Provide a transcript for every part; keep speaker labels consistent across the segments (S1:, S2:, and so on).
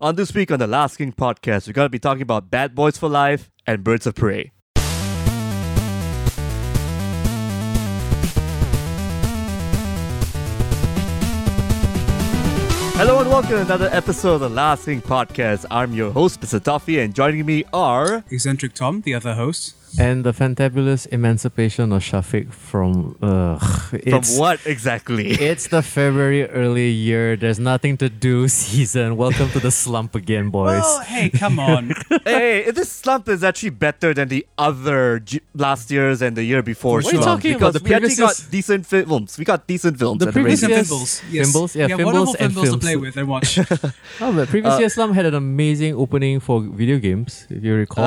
S1: On this week on the Last King podcast, we're going to be talking about Bad Boys for Life and Birds of Prey. Hello and welcome to another episode of the Last King podcast. I'm your host, Mr. Toffee, and joining me are.
S2: Eccentric Tom, the other host.
S3: And the fantabulous emancipation of Shafiq from ugh, it's,
S1: from what exactly?
S3: It's the February early year. There's nothing to do season. Welcome to the slump again, boys.
S2: Oh, hey, come on.
S1: hey, this slump is actually better than the other G- last year's and the year before.
S3: What are you
S1: slump,
S3: talking
S1: because
S3: about? The
S1: we actually
S3: previous
S1: got
S3: year's-
S1: decent films. We got decent films.
S3: The
S1: at the
S3: previous
S1: rating.
S2: Some
S3: Yes.
S2: Fimbles. Yes.
S3: Fimbles, yeah,
S2: We have
S3: Fimbles
S2: wonderful
S3: and
S2: Fimbles to
S3: films.
S2: play with and watch.
S3: Oh, but previous year slump had an amazing opening for video games, if you recall.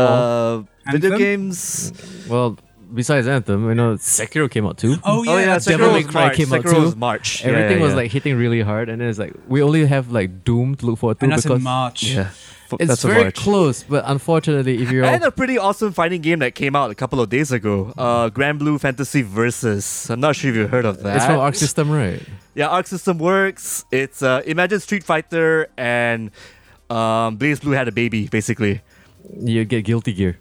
S1: uh, video
S2: Anthem?
S1: games.
S3: well, besides Anthem, you know Sekiro came out too.
S2: Oh, yeah.
S1: oh yeah,
S2: that's
S3: Devil
S1: Sekiro
S2: right.
S3: May
S1: was
S3: Cry
S1: March.
S3: came out
S1: Sekiro was
S3: too.
S1: March. Yeah,
S3: Everything
S1: yeah,
S3: was
S1: yeah.
S3: like hitting really hard, and then it's like we only have like Doom to look forward to
S2: And that's
S3: because
S2: in March.
S1: yeah. F-
S3: it's
S1: that's a
S3: very
S1: March.
S3: close. But unfortunately, if you're
S1: And a pretty awesome fighting game that came out a couple of days ago. Uh, Grand Blue Fantasy Versus. I'm not sure if you heard of that.
S3: it's from Arc System, right?
S1: Yeah, Arc System works. It's uh, imagine Street Fighter and um, Blaze Blue had a baby, basically.
S3: You get Guilty Gear.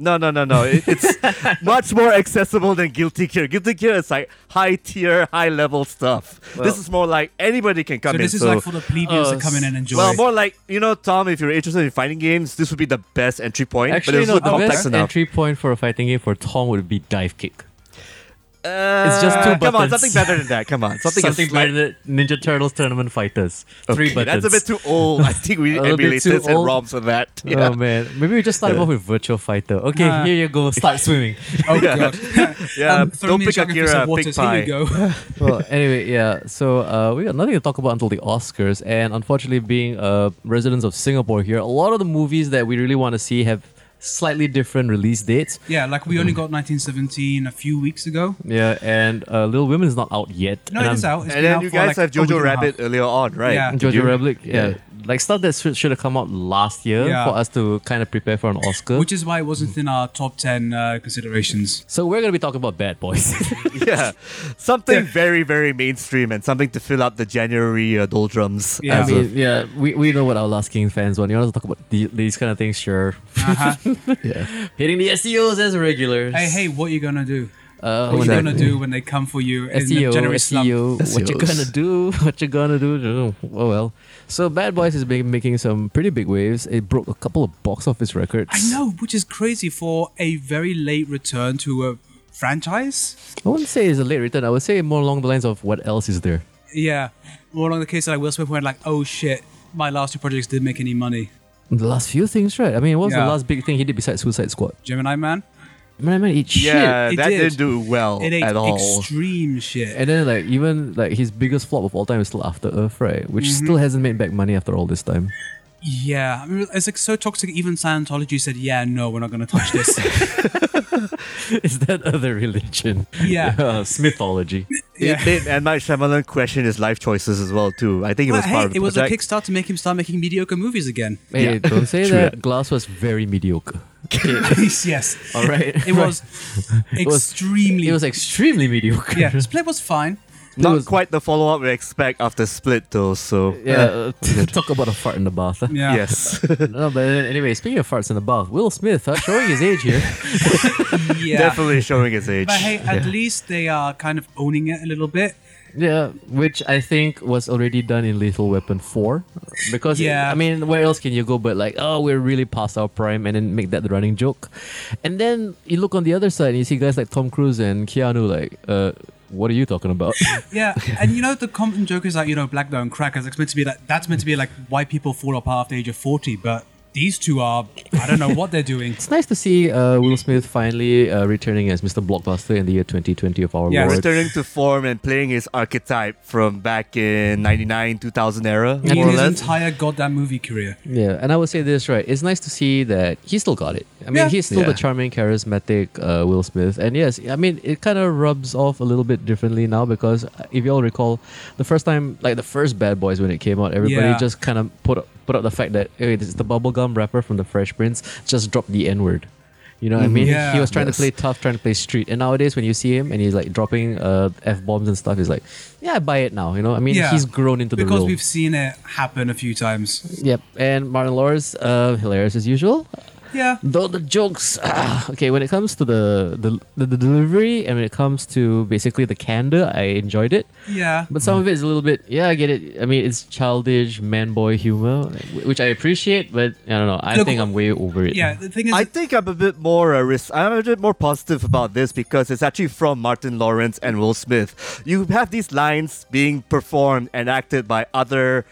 S1: No, no, no, no. It, it's much more accessible than Guilty Gear. Guilty Gear is like high tier, high level stuff. this is more like anybody can come
S2: So
S1: in.
S2: this is
S1: so
S2: like for the plebeians to come in and enjoy.
S1: well, more like you know, Tom. If you're interested in fighting games, this would be the best entry point.
S3: Actually,
S1: but it's
S3: no,
S1: also
S3: the
S1: complex
S3: best
S1: enough.
S3: entry point for a fighting game for Tom would be dive kick.
S1: Uh,
S3: It's just two
S1: Come on,
S3: buttons.
S1: something better than that. Come on, something.
S3: Something
S1: that's like-
S3: better than Ninja Turtles tournament fighters. Three
S1: Okay,
S3: buttons.
S1: That's a bit too old. I think we
S3: A little bit too
S1: emulators and
S3: old.
S1: ROMs for that. Yeah.
S3: Oh man, maybe we just start off with Virtual Fighter. Okay,
S2: Ah.
S3: here you go. Start swimming.
S2: oh, God.
S1: Yeah,
S2: Um, throw
S1: don't
S2: me a
S1: pick
S2: jug of crystal
S1: Akira,
S2: waters.
S1: pick
S2: Here
S1: pie.
S2: you go.
S3: well, anyway, yeah. So uh, we got nothing to talk about until the Oscars, and unfortunately, being uh, residents of Singapore here, a lot of the movies that we really want to see have slightly different release dates.
S2: Yeah, like we only got 1917 a few weeks ago.
S3: Yeah, and uh, Little Women is not out yet.
S2: No,
S3: and
S2: it is
S3: I'm-
S2: out.
S1: Um, And
S2: It's been
S1: then
S2: out
S1: you
S2: for
S1: guys
S2: like
S3: oh,
S1: have
S2: a week and
S1: Jojo
S2: a
S1: Rabbit
S2: half.
S1: earlier on, right?
S2: Yeah.
S1: Did you-
S3: Jojo Rabbit, yeah.
S1: yeah.
S3: like stuff that should, should have come out last year
S2: Yeah.
S3: for us to kind of prepare for an Oscar.
S2: Which is why it wasn't in our top 10 uh, considerations.
S3: so we're gonna be talking about Bad Boys.
S1: yeah, something very, very mainstream and something to fill up the January uh, doldrums.
S2: Yeah.
S3: I
S1: as a-
S3: mean, yeah, we, we know what our Last King fans want. You want to talk about the, these kind of things, sure.
S2: Uh-huh.
S3: Hitting the SEOs as regulars.
S2: hey, hey, what are you going to do?
S3: uh,
S2: What are you
S1: Exactly.
S2: going to do when they come for you in the
S1: E
S3: SEO,
S2: January slump?
S3: SEO, E what you
S1: SEOs.
S3: gonna do? What you gonna do? Oh well. So Bad Boys is been making some pretty big waves. It broke a couple of box office records.
S2: I know, which is crazy for a very late return to a franchise.
S3: I wouldn't say it's a late return. I would say more along the lines of what else is there.
S2: Yeah, more along the case that like Will Smith went like, "Oh shit, my last two projects didn't make any money."
S3: The last few things, right? I mean, what was
S2: Yeah.
S3: the last big thing he did besides Suicide Squad?
S2: Gemini Man,
S3: Man, man, eat shit.
S1: yeah,
S2: it
S1: that
S2: did.
S1: did. not do well
S2: it ate
S1: Oh, at all.
S2: extreme shit.
S3: And then like even like his biggest flop of all time is still After Earth, right? Which still hasn't made back money after all this time.
S2: yeah, I mean, it's like so toxic. Even Scientology said, "Yeah, no, we're not going to touch this."
S3: is that other religion? Uh,
S2: Yeah.
S3: Smithology.
S2: yeah.
S1: It did, and my Shyamalan questioned his life choices as well too. I think it
S2: But
S1: was part
S2: hey,
S1: of the
S2: it was a
S1: project.
S2: kickstart to make him start making mediocre movies again.
S3: Hey,
S1: Yeah,
S3: don't say
S1: true
S3: that.
S1: that.
S3: Glass was very mediocre.
S2: yes,
S3: All right.
S2: it was
S3: was-
S2: extremely.
S3: It was extremely mediocre.
S2: yeah, Split was fine.
S1: Not
S3: was-
S1: quite the follow up we expect after Split though. So
S3: Yeah, uh, talk about a fart in the bath. huh?
S2: Yeah.
S1: yes,
S3: No, but then, anyway, speaking of farts in the bath, Will Smith huh, showing his age here.
S2: Yeah.
S1: definitely showing his age.
S2: But hey, at least they are kind of owning it a little bit.
S3: Yeah, which I think was already done in Lethal Weapon 4. Because,
S2: Yeah.
S3: I mean, where else can you go but like, oh, we're really past our prime and then make that the running joke. And then you look on the other side and you see guys like Tom Cruise and Keanu like, uh, what are you talking about?
S2: Yeah, and you know the common joke is like you know black don't crack. It's meant to be like that's meant to be like why people fall apart after the age of forty, but these two are I don't know what they're doing.
S3: it's nice to see uh, Will Smith finally uh, returning as Mr. Blockbuster in the year 2020 of our
S2: Yeah.
S3: Lord.
S1: Returning to form and playing his archetype from back in 99, 2000 era,
S2: In
S1: more or
S2: his
S1: less.
S2: entire goddamn movie career.
S3: Yeah, and I would say this right. It's nice to see that he still got it. I mean,
S2: Yeah.
S3: he's still the
S1: Yeah.
S3: charming, charismatic uh, Will Smith, and yes, I mean it kind of rubs off a little bit differently now because uh, if you all recall, the first time, like the first Bad Boys when it came out, everybody
S2: Yeah.
S3: just kind of put up, put up the fact that hey, this is the bubblegum rapper from the Fresh Prince just dropped the N word. You know what I mean?
S2: Mm-hmm. Yeah.
S3: he was trying
S1: Yes.
S3: to play tough, trying to play street. And nowadays, when you see him and he's like dropping uh, f bombs and stuff, he's like, yeah, I buy it now. You know, I mean,
S2: Yeah.
S3: he's grown into the
S2: because
S3: role.
S2: we've seen it happen a few times.
S3: Yep. And Martin Lawrence, uh, hilarious as usual.
S2: Yeah.
S3: Though the jokes, ah, okay, when it comes to the, the the the delivery and when it comes to basically the candor, I enjoyed it.
S2: Yeah.
S3: But some of it is a little bit, yeah, I get it. I mean, it's childish man boy humor, wh- which I appreciate, but I don't know. I
S2: Look,
S3: think I'm way over it.
S2: Yeah. The thing is,
S1: I think I'm a bit more uh, res- I'm a bit more positive about this because it's actually from Martin Lawrence and Will Smith. You have these lines being performed and acted by other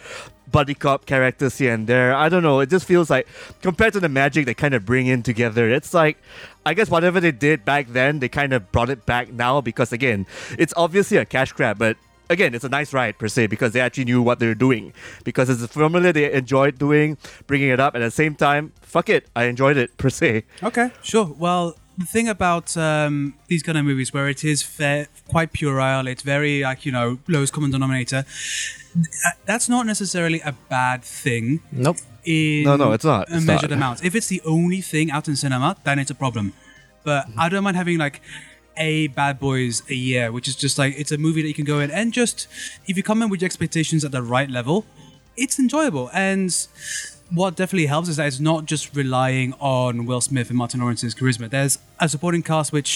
S1: buddy cop characters here and there. I don't know. It just feels like compared to the magic they kind of bring in together. It's like I guess whatever they did back then, they kind of brought it back now because again, it's obviously a cash grab, but again, it's a nice ride per se because they actually knew what they were doing because it's a formula they enjoyed doing, bringing it up, and at the same time, fuck it, I enjoyed it per se.
S2: Okay, sure. Well, the thing about um, these kind of movies where it is fair, quite puerile, it's very like you know lowest common denominator. th- That's not necessarily a bad thing.
S3: Nope.
S2: In
S1: No, no, it's not.
S2: A
S1: It's
S2: measured
S1: not.
S2: amount. If it's the only thing out in cinema, then it's a problem. But I don't mind having like a Bad Boys a year, which is just like it's a movie that you can go in and just if you come in with your expectations at the right level, it's enjoyable. And what definitely helps is that it's not just relying on Will Smith and Martin Lawrence's charisma. There's a supporting cast which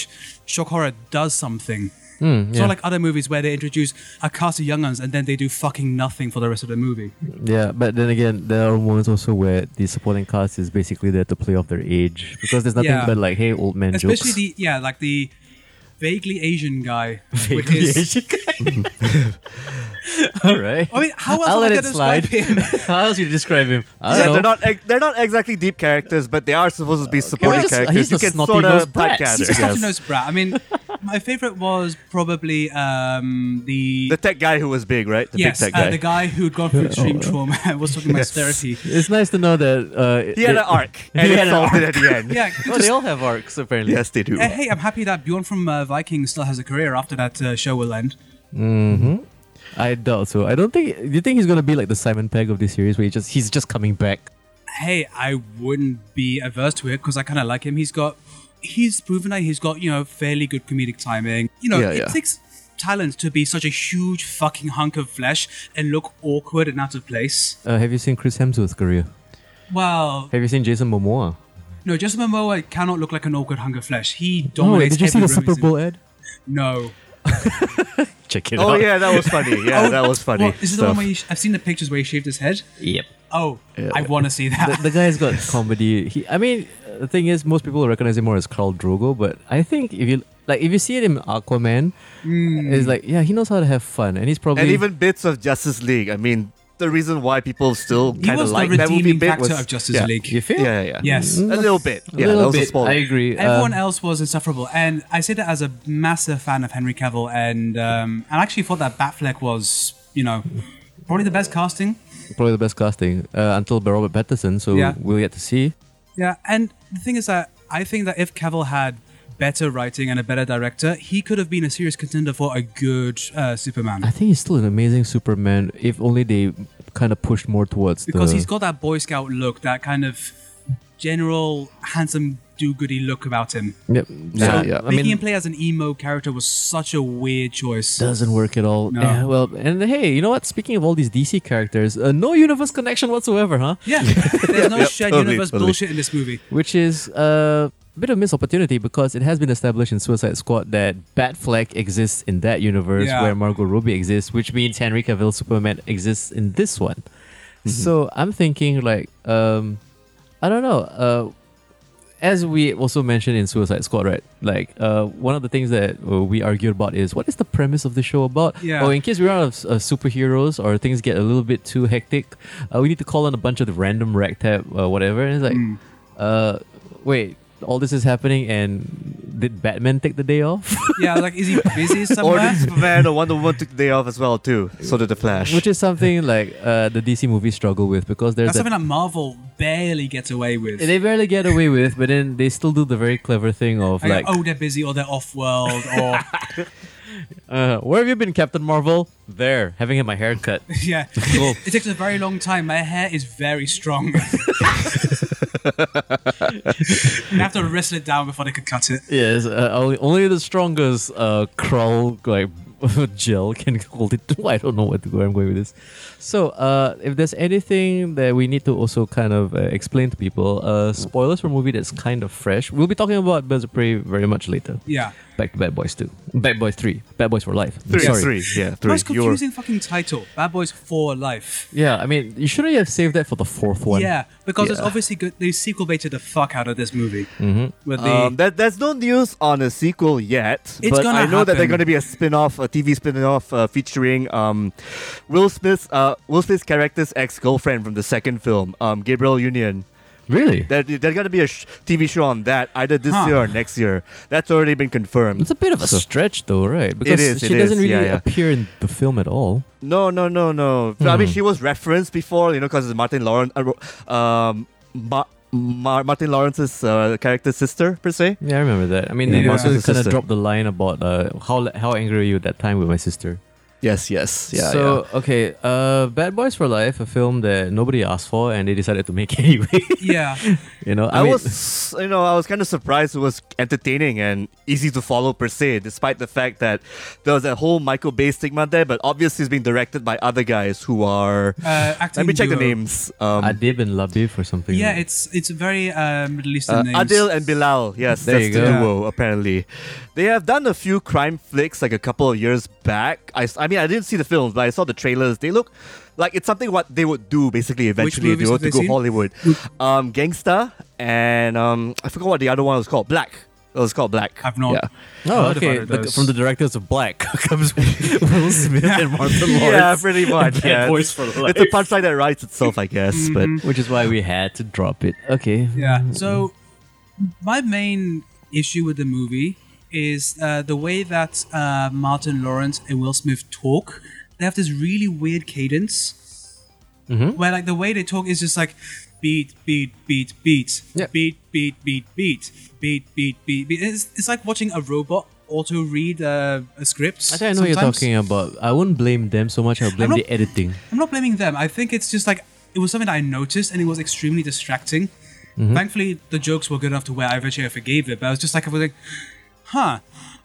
S2: shock horror does something. It's not like other movies where they introduce a cast of young uns and then they do fucking nothing for the rest of the movie.
S3: Yeah, but then again, there are moments also where the supporting cast is basically there to play off their age because there's nothing
S2: Yeah.
S3: but like, hey, old man
S2: Especially
S3: jokes.
S2: the yeah, like the vaguely Asian guy. with
S3: Vaguely
S2: his-
S3: Asian All right.
S2: I mean, how else am
S3: I'll
S2: I
S3: let
S2: gonna
S3: it slide.
S2: describe him?
S3: How else you describe him? I
S1: Yeah,
S3: don't
S1: they're
S3: know.
S1: not ex- they're not exactly deep characters, but they are supposed to
S2: Uh,
S1: be supporting
S3: just-
S1: characters.
S3: he's
S1: you
S3: the
S1: can
S3: snotty
S1: sort
S3: nose
S1: of
S3: brat.
S1: typecast
S3: He's
S1: it,
S2: Such a
S1: yes.
S2: nose brat. I mean, my favorite was probably um, the.
S1: The tech guy who was big, right? The
S2: yes,
S1: big tech guy. Oh.
S2: Uh, the guy who'd gone through extreme trauma and was talking about austerity.
S3: It's nice to know that. Uh,
S1: he had an arc, and
S3: He
S1: it
S3: had an
S1: solved it at the end.
S2: Yeah,
S3: Well,
S2: just-
S3: they all have arcs apparently.
S1: Yes, they do.
S2: uh, hey, I'm happy that Bjorn from uh, Viking still has a career after that uh, show will end.
S3: I doubt so. I don't think. Do you think he's gonna be like the Simon Pegg of this series, where he just he's just coming back?
S2: Hey, I wouldn't be averse to it because I kind of like him. He's got, he's proven that he's got you know fairly good comedic timing. You know,
S1: Yeah,
S2: it
S1: yeah.
S2: takes talent to be such a huge fucking hunk of flesh and look awkward and out of place.
S3: Uh, have you seen Chris Hemsworth's career?
S2: Well,
S3: Have you seen Jason Momoa?
S2: no, Justin Momoa cannot look like an awkward hunk of flesh. He
S3: Oh,
S2: dominates.
S3: did you see
S2: every
S3: the
S2: room
S3: Super
S2: he's in.
S3: Bowl ad?
S2: No.
S3: Check it
S1: Oh
S3: out.
S1: yeah, that was funny. Yeah, that was funny.
S2: What, eh, oh, is it the one
S1: stuff.
S2: where he sh- I've seen the pictures where he shaved his head?
S3: Yep.
S2: Oh, I want to see that.
S3: The guy's got comedy. He, I mean, uh, the thing is, most people recognize him more as Carl Drogo, but I think if you like, if you see it in Aquaman, it's like, yeah, he knows how to have fun, and he's probably
S1: Hmm. and even bits of Justice League. I mean, the reason why people still
S2: he
S1: kind of
S2: was
S1: like
S2: the
S1: that movie
S2: redeeming
S1: bit
S2: factor
S1: was
S2: of Justice
S1: yeah.
S2: League.
S3: You feel?
S1: Yeah, yeah, yeah.
S2: Yes.
S1: a little bit.
S3: A
S1: Yeah,
S3: little
S1: that was
S3: bit.
S1: a small.
S3: I agree.
S2: Everyone
S3: Um,
S2: else was insufferable, and I say that as a massive fan of Henry Cavill, and um, I actually thought that Batfleck was, you know, probably the best casting.
S3: probably the best casting uh, until Robert Patterson. So
S2: Yeah.
S3: we'll get to see.
S2: Yeah, and the thing is that I think that if Cavill had better writing and a better director, he could have been a serious contender for a good uh, Superman.
S3: I think he's still an amazing Superman. If only they kind of pushed more towards
S2: because
S3: the,
S2: he's got that Boy Scout look, that kind of general handsome do-goody look about him.
S3: Yep.
S1: Yeah,
S3: So,
S1: yeah.
S3: I
S2: Making
S3: mean,
S2: him play as an emo character was such a weird choice.
S3: doesn't work at all.
S2: No.
S3: Yeah, well, and hey, you know what? Speaking of all these DC characters, uh, no universe connection whatsoever, huh?
S2: yeah, there's no shared
S1: totally,
S2: universe
S1: totally.
S2: bullshit in this movie.
S3: Which is uh, a bit of missed opportunity because it has been established in Suicide Squad that Batfleck exists in that universe
S2: Yeah.
S3: where Margot Robbie exists, which means Henry Cavill Superman exists in this one. So I'm thinking like, um, I don't know. Uh, as we also mentioned in Suicide Squad, right? Like, uh, one of the things that uh, we argued about is what is the premise of the show about?
S2: Yeah.
S3: Oh, in case we run out of uh, superheroes or things get a little bit too hectic, uh, we need to call on a bunch of the random ragtag, uh, whatever. And it's like,
S2: Hmm.
S3: uh, wait, all this is happening, and did Batman take the day off?
S2: Yeah, like is he busy
S1: Or
S2: somewhere?
S1: did Superman or Wonder Woman took the day off as well too? So did the Flash.
S3: Which is something like uh, the DC movies struggle with because there's
S2: That's
S3: that
S2: something that Marvel barely gets away with.
S3: they barely get away with, but then they still do the very clever thing of
S2: I go,
S3: like,
S2: oh, they're busy or they're off world or
S3: uh, where have you been, Captain Marvel? There, having my hair cut.
S2: yeah.
S3: Cool.
S2: It takes a very long time. My hair is very strong. They have to wrestle it down before they could cut it.
S3: Yes, uh, only, only the strongest uh, crawl like gel can hold it. I don't know what to, where I'm going with this. So, uh, if there's anything that we need to also kind of uh, explain to people, uh, spoilers for a movie that's kind of fresh. We'll be talking about Birds of Prey very much later.
S2: Yeah.
S3: Back to Bad Boys 2. Bad Boys 3. Bad Boys for Life.
S1: Three,
S3: Sorry.
S1: three, yeah, three.
S2: Most
S1: You were-
S2: confusing fucking title. Bad Boys for Life.
S3: Yeah, I mean, you shouldn't have saved that for the fourth one.
S2: Yeah, because it's
S3: Yeah.
S2: obviously good. They sequel baited the fuck out of this movie. Mm-hmm. With the
S1: Um, that, there's no news on a sequel yet,
S2: It's
S1: but
S2: gonna
S1: I know that there's
S2: happen.
S1: going to be a spin-off, a TV spin-off uh, featuring um, Will Smith's uh, Will Smith's character's ex-girlfriend from the second film, um, Gabriel Union.
S3: Really?
S1: There, there's going to be a sh- TV show on that either this
S2: Huh.
S1: year or next year. That's already been confirmed.
S3: It's a bit of a stretch, though, right? Because
S1: is,
S3: she
S1: it
S3: doesn't
S1: is,
S3: really
S1: yeah, yeah.
S3: appear in the film at all.
S1: No, no, no, no. I mean, she was referenced before, you know, because it's Martin Lawrence, uh, ro- um, Ma- Ma- Martin Lawrence's uh, character's sister per se.
S3: Yeah, I remember that. I mean,
S1: Yeah,
S3: they
S2: my
S3: also
S1: sister's
S3: kind of
S1: sister.
S3: dropped the line about uh, how how angry are you at that time with my sister.
S1: Yes, yes, yeah.
S3: so okay, uh, Bad Boys for Life, a film that nobody asked for, and they decided to make anyway.
S2: yeah, uh,
S3: you know, I,
S1: I,
S3: mean,
S1: was, you know, I was kind of surprised it was entertaining and easy to follow per se, despite the fact that there was that whole Michael Bay stigma there. But obviously, it's being directed by other guys who are.
S2: uh, acting
S1: let me check the
S2: duo.
S1: names. Um,
S3: Adib and Labib or something.
S2: Yeah, it's it's very uh, Middle Eastern
S1: uh,
S2: names.
S1: Adil and Bilal, yes,
S3: There
S1: that's
S3: you
S1: the
S3: go.
S1: duo. Apparently, they have done a few crime flicks like a couple of years back. I, s- I mean, I didn't see the films, but I saw the trailers. They look like it's something what they would do basically eventually if they
S2: movies
S1: were
S2: have
S1: to
S2: they
S1: go
S2: seen?
S1: Hollywood. Um, Gangsta and um, I forgot what the other one was called. Black. It was called Black.
S2: I've not.
S1: Yeah.
S3: Oh,
S2: heard
S3: okay.
S2: about
S3: the-
S2: those.
S3: from the directors of Black comes Will Smith and Martin Lawrence.
S1: Yeah, pretty much.
S3: Bad
S1: yeah.
S3: Boys for Life.
S1: It's a punchline that writes itself, I guess.
S2: Mm-hmm.
S1: But
S3: Which is why we had to drop it. Okay.
S2: Yeah. So my main issue with the movie is uh, the way that uh, Martin Lawrence and Will Smith talk. They have this really weird cadence
S3: Mm-hmm.
S2: where, like, the way they talk is just like beat, beat, beat, beat,
S3: Yeah.
S2: beat, beat, beat, beat, beat, beat, beat, beat. It's, it's like watching a robot auto read uh, a script.
S3: I think I know what you're
S2: sometimes.
S3: talking about. I wouldn't blame them so much. I'll blame
S2: not-
S3: the editing.
S2: I'm not blaming them. I think it's just like it was something that I noticed and it was extremely distracting.
S3: Mm-hmm.
S2: Thankfully, the jokes were good enough to where I eventually forgave it. But I was just like, I was like, huh,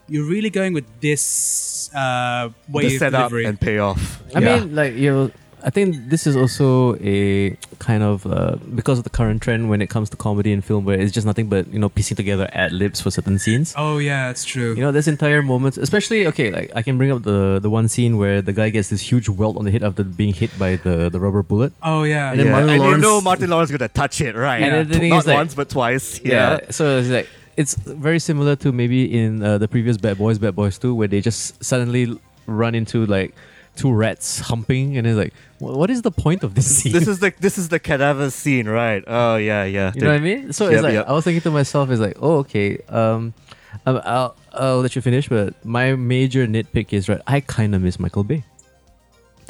S2: you're really going with this uh, way
S1: the
S2: of
S1: setup
S2: delivery.
S1: and payoff.
S3: I
S1: Yeah.
S3: mean, like you. Know, I think this is also a kind of uh, because of the current trend when it comes to comedy and film, where it's just nothing but you know piecing together ad libs for certain scenes.
S2: oh yeah, that's true.
S3: You know, there's entire moments, especially okay, like I can bring up the the one scene where the guy gets this huge welt on the head after being hit by the the rubber bullet.
S2: oh yeah,
S3: And then Martin
S1: and you
S3: Lawrence-
S1: know Martin Lawrence is gonna touch it, right?
S3: And then the thing
S1: Not
S3: is, like-
S1: once but twice. Yeah.
S3: So it's like it's very similar to maybe in uh, the previous Bad Boys, Bad Boys Two, where they just suddenly run into like two rats humping, and it's like, "Wha- what is the point of this scene?
S1: This is the this is the cadaver scene, right? Oh yeah, yeah.
S3: You know what I mean? So
S1: Yep,
S3: it's like oh.
S1: yep.
S3: I was thinking to myself, it's like, oh, okay. Um, um, I'll I'll let you finish, but my major nitpick is right. I kind of miss Michael Bay.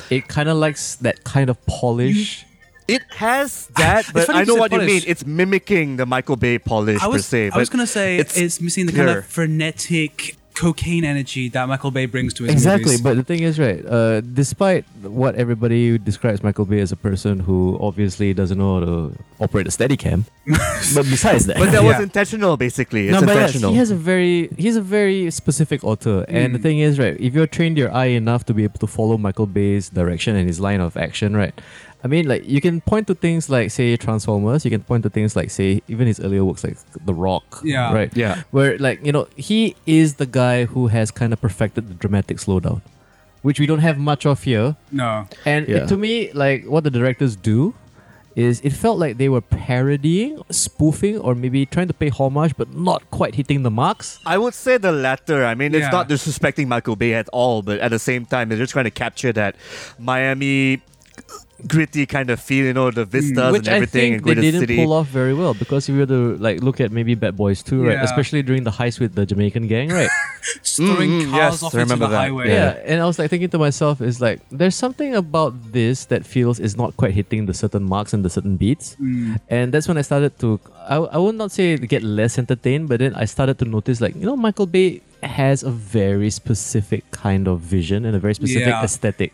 S3: It kind of likes that kind of polish.
S1: It has that, but
S2: funny
S1: I
S2: you
S1: know
S2: said
S1: what you mean.
S2: polish.
S1: It's mimicking the Michael Bay polish
S2: I
S1: per
S2: was
S1: se.
S2: I was
S1: but
S2: gonna say it's,
S1: it's
S2: missing the kind
S1: pure.
S2: of frenetic cocaine energy that Michael Bay brings to his
S3: Exactly,
S2: movies.
S3: but the thing is, right? Uh, despite what everybody describes Michael Bay as a person who obviously doesn't know how to operate a Steadicam, but besides that,
S1: But that was
S2: Yeah.
S1: intentional, basically. It's
S3: no, but yes,
S1: intentional. Mm.
S3: he has a very he's a very specific author, and the thing is, right? If you're trained your eye enough to be able to follow Michael Bay's direction and his line of action, right? I mean, like you can point to things like say Transformers. You can point to things like say even his earlier works like The Rock,
S2: Yeah.
S3: right?
S1: Yeah.
S3: where like you know he is the guy who has kind of perfected the dramatic slowdown, which we don't have much of here.
S2: no,
S3: And
S1: Yeah.
S3: it, to me, like what the directors do is it felt like they were parodying, spoofing, or maybe trying to pay homage, but not quite hitting the marks.
S1: I would say the latter. I mean,
S2: Yeah.
S1: it's not disrespecting Michael Bay at all, but at the same time, they're just trying to capture that Miami gritty kind of feel, you know, the vistas
S3: Mm, Which
S1: and
S3: I
S1: everything
S3: think
S1: and
S3: they
S1: Greater
S3: didn't
S1: City.
S3: pull off very well because if you were to like look at maybe Bad Boys 2, right?
S2: Yeah.
S3: Especially during the heist with the Jamaican gang, right?
S2: just throwing
S1: mm,
S2: cars
S1: yes,
S2: off
S1: I
S2: into the
S1: remember that.
S2: highway.
S3: yeah. And I was like thinking to myself, is like there's something about this that feels is not quite hitting the certain marks and the certain beats.
S2: Mm.
S3: And that's when I started to I, I would not say get less entertained, but then I started to notice like, you know, Michael Bay has a very specific kind of vision and a very specific
S2: Yeah.
S3: aesthetic.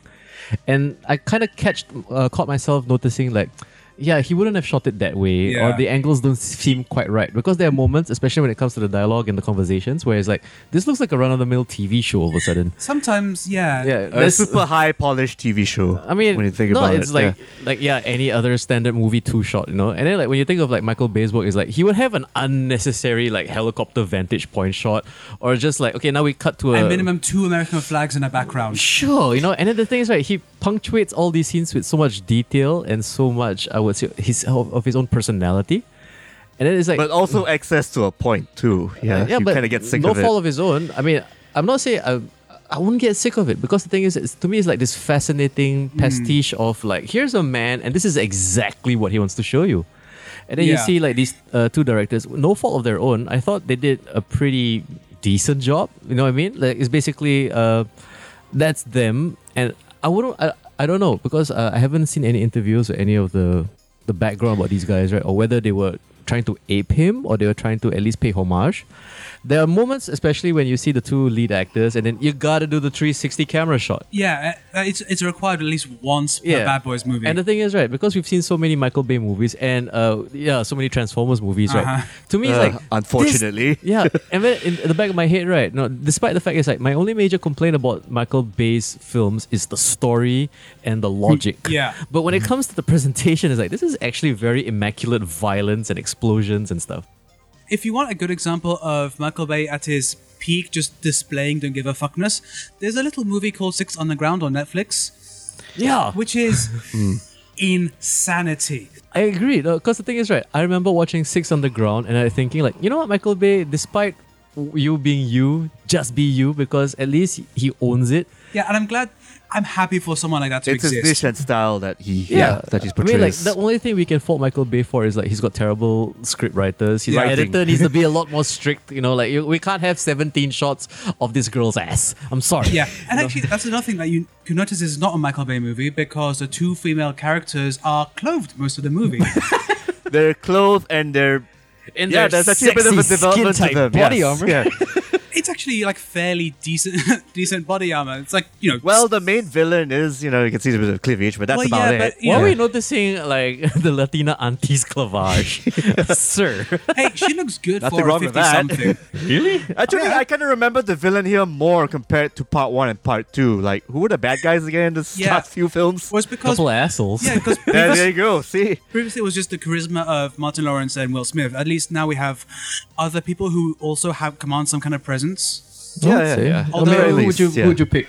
S3: And I kind of catched uh, caught myself noticing like yeah, he wouldn't have shot it that way,
S2: Yeah.
S3: or the angles don't seem quite right. Because there are moments, especially when it comes to the dialogue and the conversations, where it's like this looks like a run-of-the-mill TV show all of a sudden.
S2: Sometimes, yeah.
S3: Yeah,
S1: A
S3: that's-
S1: super high polished TV show.
S3: I mean,
S1: when you think
S3: no,
S1: about
S3: it's
S1: it,
S3: like
S1: yeah.
S3: like yeah, any other standard movie two shot, you know. And then like when you think of like Michael Bay's work, it's like he would have an unnecessary like helicopter vantage point shot, or just like okay, now we cut to a
S1: uh,
S2: And minimum two American flags in the background.
S3: Sure, you know, and then the thing is, right, he punctuates all these scenes with so much detail and so much, I would say, his of, of his own personality. And then it's like,
S1: but also access to a point too. Yeah, you kind of get sick
S3: no
S1: of it.
S3: fall of his own. I mean, I'm not saying I, I wouldn't get sick of it because the thing is, it's, to me, it's like this fascinating pastiche of like, here's a man, and this is exactly what he wants to show you. And then you
S2: Yeah.
S3: see like these uh, two directors, no fault of their own. I thought they did a pretty decent job. You know what I mean? Like it's basically uh, that's them, and I wouldn't. I, I don't know because uh, I haven't seen any interviews or any of the the background about these guys, right? Or whether they were trying to ape him or they were trying to at least pay homage. There are moments, especially when you see the two lead actors, and then you gotta do the 360 camera shot.
S2: Yeah, uh, it's it's required at least once per
S3: Yeah.
S2: Bad Boys movie.
S3: And the thing is, right, because we've seen so many Michael Bay movies and uh, yeah, so many Transformers movies, right?
S2: Uh-huh.
S3: To me, it's
S1: Uh,
S3: like
S1: unfortunately.
S3: this- yeah, and then in the back of my head, right? No, despite the fact it's like my only major complaint about Michael Bay's films is the story and the logic.
S2: Yeah. Mm-hmm.
S3: But when it comes to the presentation, it's like this is actually very immaculate violence and explosions and stuff.
S2: if you want a good example of Michael Bay at his peak, just displaying don't give a fuckness, there's a little movie called Six Underground on Netflix,
S3: Yeah,
S2: which is insanity.
S3: I agree. Because the thing is, right, I remember watching Six Underground and I thinking, like, you know what, Michael Bay, despite w- you being you, just be you because at least he owns it.
S2: Yeah, and I'm glad, I'm happy for someone like that to
S1: it's his
S2: exist.
S1: vision style that he yeah, that he's
S3: I mean,
S1: portrays.
S3: like, the only thing we can fault Michael Bay for is, like, he's got terrible script writers. His
S1: Writing.
S3: editor needs to be a lot more strict, you know, like, you, we can't have 17 shots of this girl's ass. I'm sorry.
S2: Yeah, and actually, that's another thing that you can notice is not a Michael Bay movie because the two female characters are clothed most of the movie.
S1: Their clothes and their
S3: And
S1: yeah,
S3: their
S1: there's actually a bit of a
S3: sexy
S1: development to
S3: skin-tight
S1: them.
S3: Body
S1: yes,
S3: armor.
S1: yeah.
S2: it's actually like fairly decent, decent body armor. It's like you know,
S1: Well, the main villain is you know you can see a bit of cleavage, but that's
S2: Well,
S1: about
S2: yeah,
S1: it.
S2: but, you
S3: Why are
S2: know-
S3: we noticing, like, the Latina auntie's clavage? Sir.
S2: hey, she looks good
S1: Nothing
S2: for
S1: wrong with
S2: fifty something.
S3: Really?
S1: Actually, I kind of remember the villain here more compared to part one and part two. Like, who were the bad guys again in the
S2: Yeah.
S1: last few films?
S2: Was because
S3: Couple of assholes.
S2: yeah, because
S1: There,
S2: previous,
S1: there you go. See,
S2: previously it was just the charisma of Martin Lawrence and Will Smith. At least now we have other people who also have command some kind of presence.
S1: Yeah, yeah, yeah. At
S2: the very
S1: least, yeah.
S3: pick?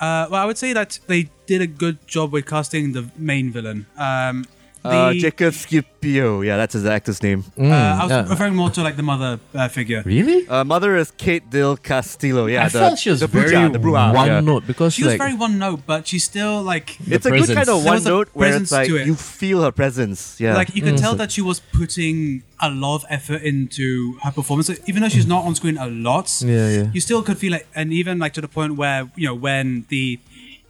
S2: Uh, well, I would say that they did a good job with casting the main villain. Um, the,
S1: uh, Jacob Scipio. Yeah, that's his actor's name.
S2: uh,
S3: Mm.
S2: I was referring more to like the mother uh, figure.
S3: really?
S1: Uh, mother is Kate Del Castillo. Yeah,
S3: I
S1: the,
S3: felt she was
S1: the
S3: very
S1: Bruja, the Bruja,
S3: one
S1: yeah.
S3: note because
S2: She was
S3: like,
S2: very one note, but she's still like
S1: It's
S3: The
S1: a good kind
S3: presence.
S1: of
S2: There
S1: one
S2: was a
S1: note where
S2: presence
S1: it's like
S2: to it.
S1: you feel her presence. Yeah,
S2: Like you can tell that she was putting a lot of effort into her performance, Like, even though she's not on screen a lot.
S3: Yeah, yeah.
S2: You still could feel it, and even like to the point where you know when the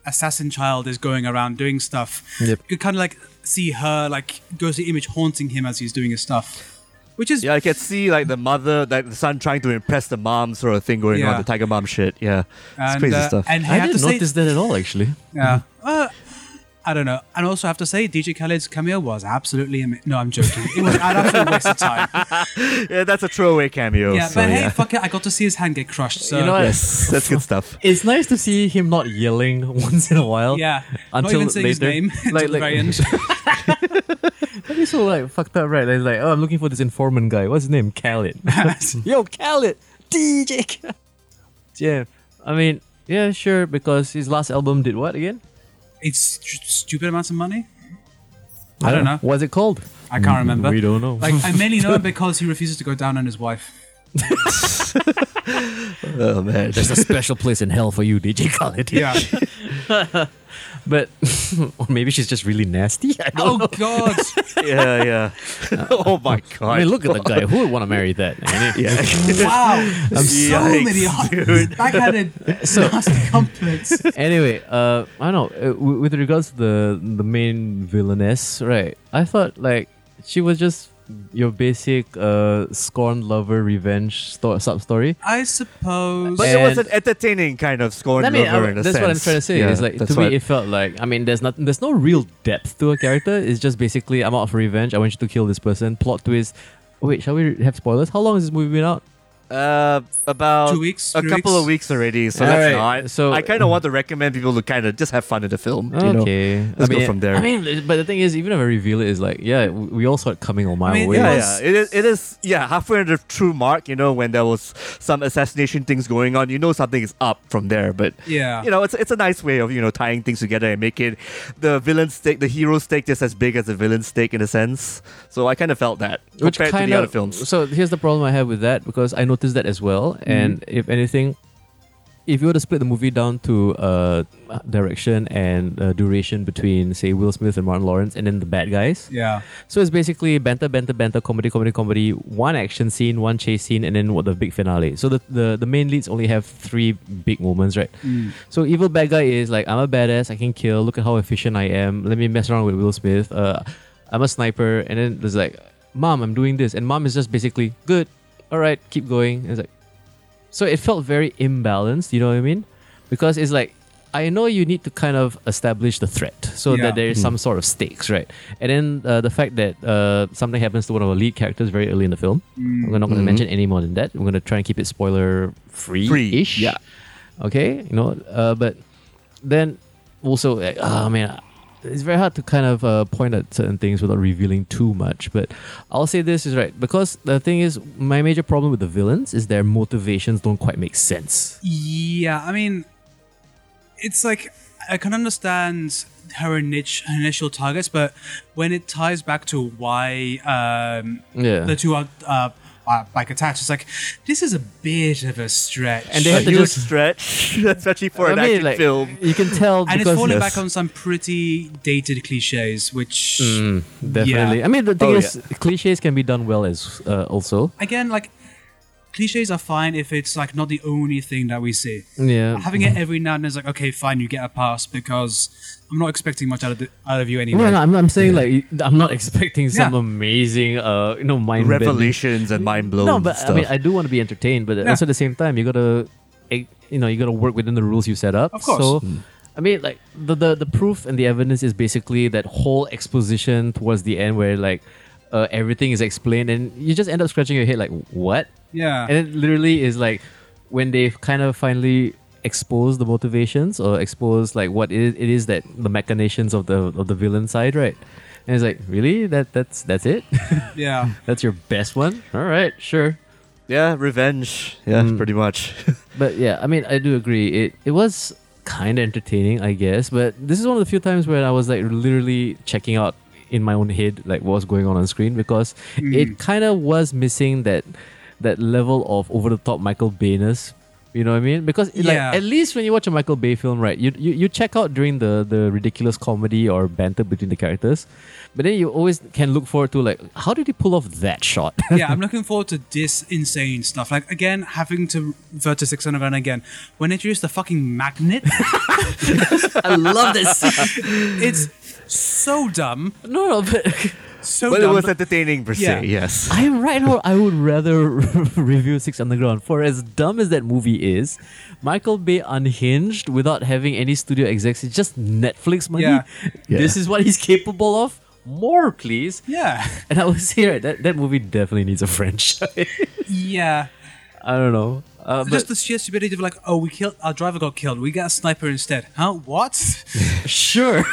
S2: assassin child is going around doing stuff,
S3: Yep.
S2: you kind of like see her like ghostly image haunting him as he's doing his stuff, which is
S1: yeah, I can see like the mother, like the son trying to impress the mom sort of thing going
S2: Yeah.
S1: on, the tiger mom shit. Yeah, it's
S2: and,
S1: crazy
S2: uh,
S1: stuff.
S2: And I,
S3: I
S2: have to
S3: didn't
S2: say,
S3: notice that at all actually.
S2: yeah. Uh, I don't know. And also, I have to say, DJ Khaled's cameo was absolutely. Am- no, I'm joking. It was an absolute waste of time.
S1: yeah, that's a throwaway cameo.
S2: Yeah,
S1: Oh, so,
S2: but hey,
S1: yeah.
S2: fuck it. I got to see his hand get crushed. So
S3: You know what?
S1: yes, that's good stuff.
S3: It's nice to see him not yelling once in a while.
S2: Yeah. Not
S3: Until
S2: even saying
S3: later.
S2: his name.
S3: Like,
S2: Like,
S3: like, That'd be so like fucked up, right? Like, like, oh, I'm looking for this informant guy. What's his name? Khaled. Yo, Khaled, DJ. Khaled. yeah, I mean, yeah, sure. Because his last album did what again?
S2: It's st- stupid amounts of money. I don't know.
S3: What's it called?
S2: I can't remember.
S3: We don't know.
S2: Like I mainly know it because he refuses to go down on his wife.
S1: Oh man,
S3: There's a special place in hell for you, DJ Khaled.
S2: Yeah.
S3: But or maybe she's just really nasty. I don't
S2: oh
S3: know.
S2: God.
S1: yeah, yeah. oh my god.
S3: I mean, look at the guy. Who would want to marry that? man?
S2: Wow. so
S1: Yikes,
S2: many hot, backhanded nasty compliments.
S3: anyway, uh, I don't know. Uh, w- with regards to the the main villainess, right? I thought like she was just your basic uh, scorn lover revenge sto- sub story.
S2: I suppose.
S1: But it
S3: And-
S1: was an entertaining kind of scorn
S3: I mean,
S1: lover
S3: I-
S1: in a
S3: that's what I'm
S1: sense.
S3: trying to say.
S1: Yeah,
S3: it's like to
S1: that's
S3: me,
S1: what-
S3: it felt like I mean, there's not, there's no real depth to a character. It's just basically, I'm out for revenge. I want you to kill this person. Plot twist. Wait, shall we have spoilers? How long has this movie been out?
S1: uh, about
S2: Two weeks,
S1: a
S2: three
S1: couple
S2: weeks.
S1: of weeks already. So
S3: All
S1: that's
S3: right,
S1: not.
S3: so-
S1: I kind of want to recommend people to kind of just have fun in the film. you know?
S3: Okay,
S1: Let's
S3: I
S1: go
S3: mean,
S1: from there.
S3: I mean, but the thing is, even if I reveal it, is like, yeah, we we all saw it coming a mile
S2: mean,
S3: away.
S2: It
S1: Yeah,
S2: was-
S1: yeah, it is. It is. Yeah, halfway in the true mark, you know, when there was some assassination things going on, you know, something is up from there. But
S2: Yeah.
S1: you know, it's it's a nice way of you know tying things together and make it the villain's stake, the hero's stake, just as big as the villain's stake in a sense. So I kind of felt that compared to the
S3: kinda-
S1: other films. Mm-hmm.
S3: So here's the problem I have with that because I noticed that as well. And if anything, if you were to split the movie down to uh, direction and uh, duration between, say, Will Smith and Martin Lawrence, and then the bad guys,
S2: yeah.
S3: so it's basically banter, banter, banter, comedy, comedy, comedy, one action scene, one chase scene, and then what the big finale. So the, the, the main leads only have three big moments, right?
S2: Mm.
S3: So evil bad guy is like, I'm a badass, I can kill, look at how efficient I am, let me mess around with Will Smith, uh, I'm a sniper, and then there's like, Mom, I'm doing this, and mom is just basically, good, alright, keep going. And it's like So it felt very imbalanced, you know what I mean? Because it's like I know you need to kind of establish the threat so
S2: Yeah.
S3: that there is some sort of stakes, right? And then uh, the fact that uh, something happens to one of our lead characters very early in the film. We're not going to
S1: Mhm.
S3: mention any more than that. We're going to try and keep it spoiler free ish.
S1: yeah.
S3: Okay, you know, uh, but then also, like, oh man, it's very hard to kind of uh, point at certain things without revealing too much. But I'll say this is right because the thing is, my major problem with the villains is their motivations don't quite make sense.
S2: Yeah, I mean, it's like I can understand her, niche, her initial targets, but when it ties back to why um,
S3: Yeah.
S2: the two are, uh, are like attached, it's like this is a bit of a stretch,
S3: And they
S1: a
S3: have to
S1: huge
S3: just-
S1: stretch, especially for an action film.
S3: You can tell
S2: and it's
S3: because
S2: falling
S1: Yes.
S2: back on some pretty dated cliches, which
S3: Mm, definitely. I mean, the thing
S1: Oh,
S3: is, cliches can be done well as uh, also.
S2: again, like cliches are fine if it's like not the only thing that we see.
S3: Yeah.
S2: Having it every now and then is like okay, fine, you get a pass because I'm not expecting much out of the, out of you anyway.
S3: No, no, I'm, I'm saying like I'm not expecting some
S2: Yeah.
S3: amazing, uh, you know, mind
S1: Revelations and mind blowing.
S3: No, but
S1: stuff.
S3: I mean, I do want to be entertained, but also at the same time, you gotta, eh, you know, you gotta work within the rules you set up.
S2: Of course.
S3: So, I mean, like the, the the proof and the evidence is basically that whole exposition towards the end where like. Uh, everything is explained, and you just end up scratching your head like, "What?"
S2: Yeah.
S3: and it literally is like when they kind of finally expose the motivations or expose like what it, it is that the machinations of the of the villain side, right? And it's like, really? That that's that's it?
S2: yeah.
S3: that's your best one? All right, sure.
S1: yeah, revenge. Yeah,
S3: Mm.
S1: pretty much.
S3: But yeah, I mean, I do agree. It it was kind of entertaining, I guess. But this is one of the few times where I was like literally checking out in my own head like what was going on on screen because it kind of was missing that that level of over the top Michael Bayness. You know what I mean? Because like
S2: Yeah.
S3: at least when you watch a Michael Bay film, right, you, you you check out during the the ridiculous comedy or banter between the characters, but then you always can look forward to like how did he pull off that shot?
S2: yeah, I'm looking forward to this insane stuff. Like again, having to revert to 600 and again. When they introduced the fucking magnet,
S3: I love this.
S2: it's so dumb,
S3: no, no, but
S2: so
S1: but it
S2: dumb.
S1: was entertaining per se.
S2: Yeah.
S1: Yes.
S3: I'm right now. I would rather review Six Underground. For as dumb as that movie is, Michael Bay unhinged without having any studio execs. It's just Netflix money.
S2: Yeah.
S1: Yeah.
S3: This is what he's capable of. More, please.
S2: yeah,
S3: And I was here. That that movie definitely needs a franchise.
S2: yeah.
S3: I don't know. Uh, but
S2: Just the sheer stupidity of like, oh, we killed our driver got killed. We got a sniper instead. Huh? What?
S3: sure.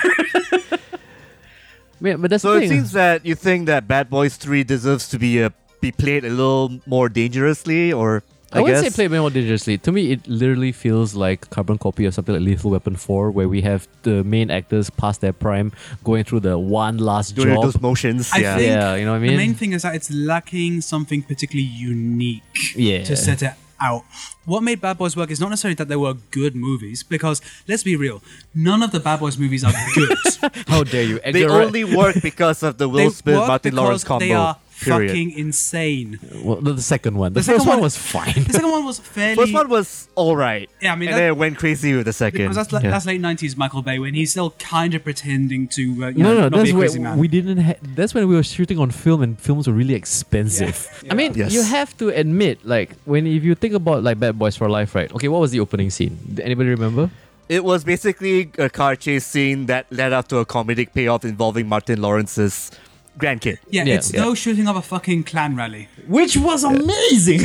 S3: Man, but that's
S1: So
S3: the
S1: it
S3: thing.
S1: seems that you think that Bad Boys Three deserves to be uh, be played a little more dangerously, or I,
S3: I, wouldn't
S1: guess
S3: say play it more dangerously. To me, it literally feels like carbon copy of something like Lethal Weapon 4, where we have the main actors past their prime going through the one last
S1: doing
S3: job.
S1: those motions.
S2: I
S1: yeah.
S2: think
S3: Yeah, you know what I
S2: The
S3: mean?
S2: main thing is that it's lacking something particularly unique
S3: Yeah.
S2: to set it out. What made Bad Boys work is not necessarily that they were good movies, because let's be real, none of the Bad Boys movies are good.
S3: How dare you?
S1: They
S3: Edgar Wright-
S1: only work because of the Will
S2: They
S1: Smith
S2: work
S1: Martin Lawrence
S2: because
S1: combo.
S2: They are
S1: Period.
S2: fucking insane.
S3: Well, the, the second one. The,
S2: The second
S3: first one,
S2: one-
S3: was fine.
S2: The second one was fairly.
S1: First one was all right.
S2: Yeah, I mean,
S1: and
S2: that-
S1: then it went crazy with the second.
S2: because that's, la-
S3: Yeah.
S2: that's late nineties Michael Bay when he's still kind of pretending to uh, you know,
S3: No, no,
S2: not be
S3: that's
S2: a crazy
S3: where
S2: man.
S3: we didn't. Ha- that's when we were shooting on film, and films were really expensive.
S2: Yeah.
S3: I mean,
S1: Yes.
S3: you have to admit, like when if you think about like Bad Boys for Life, right? Okay, what was the opening scene? Did anybody remember?
S1: It was basically a car chase scene that led up to a comedic payoff involving Martin Lawrence's grandkid.
S2: yeah,
S3: Yeah.
S2: it's no shooting up a fucking clan rally.
S3: Which was amazing.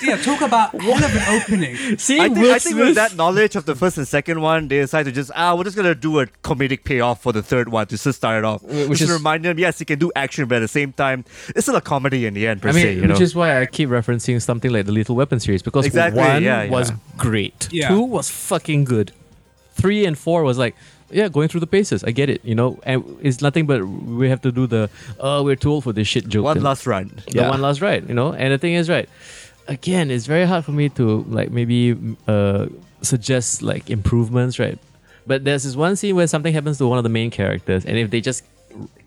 S2: yeah, talk about hell of an opening.
S3: See,
S1: I think,
S3: Will
S1: I think
S3: Smith-
S1: with that knowledge of the first and second one, they decided to just ah, we're just gonna do a comedic payoff for the third one to just start it off,
S3: Wh- which
S1: which just
S3: is-
S1: to remind them, yes, you can do action, but at the same time, it's still a comedy in the end per
S3: I mean,
S1: se. You
S3: which
S1: know,
S3: is why I keep referencing something like the Little Weapon series because
S1: Exactly,
S3: one
S1: yeah, yeah.
S3: was great,
S2: Yeah.
S3: two was fucking good, three and four was like, yeah, going through the paces. I get it, you know, and it's nothing but we have to do the, oh, we're too old for this shit joke.
S1: one
S3: and
S1: last run.
S3: the one last ride, you know. And the thing is, right, again, it's very hard for me to like maybe uh suggest like improvements, right? But there's this one scene where something happens to one of the main characters, and if they just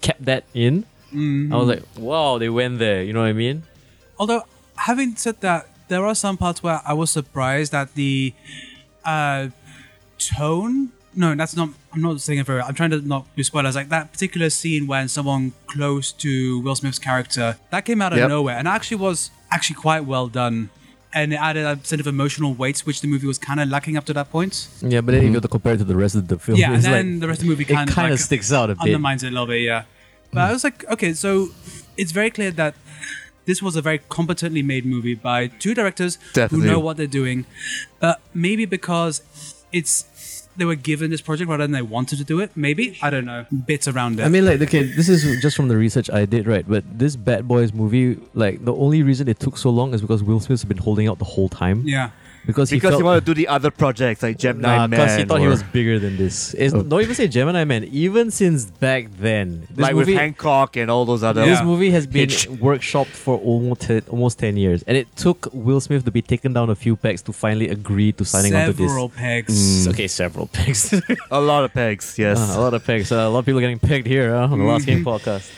S3: kept that in, I was like, wow, they went there. You know what I mean?
S2: Although having said that, there are some parts where I was surprised at the uh, tone. No, that's not. I'm not saying it very. I'm trying to not do spoilers. Like that particular scene when someone close to Will Smith's character that came out of
S1: Yep.
S2: nowhere and actually was actually quite well done, and it added a sense of emotional weight which the movie was kind of lacking up to that point.
S3: Yeah, but then you got to compare it to the rest of the film.
S2: Yeah, and
S3: it's
S2: then
S3: like-
S2: the rest of the movie
S3: it
S2: kind of
S3: kinda
S2: like
S3: sticks out a bit.
S2: undermines it a little bit. Yeah, but I was like, okay, so it's very clear that this was a very competently made movie by two directors
S1: Definitely.
S2: who know what they're doing, but maybe because it's they were given this project rather than they wanted to do it. Maybe I don't know bits around it.
S3: I mean, like, okay, this is just from the research I did, right? But this Bad Boys movie, like, the only reason it took so long is because Will Smith's been holding out the whole time.
S2: yeah,
S3: Because he
S1: Because
S3: felt
S1: he wanted to do the other projects like Gemini
S3: Nah,
S1: Man.
S3: because he thought he
S1: or-
S3: was bigger than this. It's, Don't even say Gemini Man. Even since back then, this
S1: like
S3: movie,
S1: with Hancock and all those other.
S2: Yeah.
S3: this movie has been
S1: Hitch.
S3: workshopped for almost te- almost ten years, and it took Will Smith to be taken down a few pegs to finally agree to signing on to this. Mm.
S2: several pegs.
S3: Okay, several pegs. Uh,
S1: A lot of pegs, yes.
S3: a lot of pegs. Uh, a lot of people getting pegged here uh, on the last game podcast.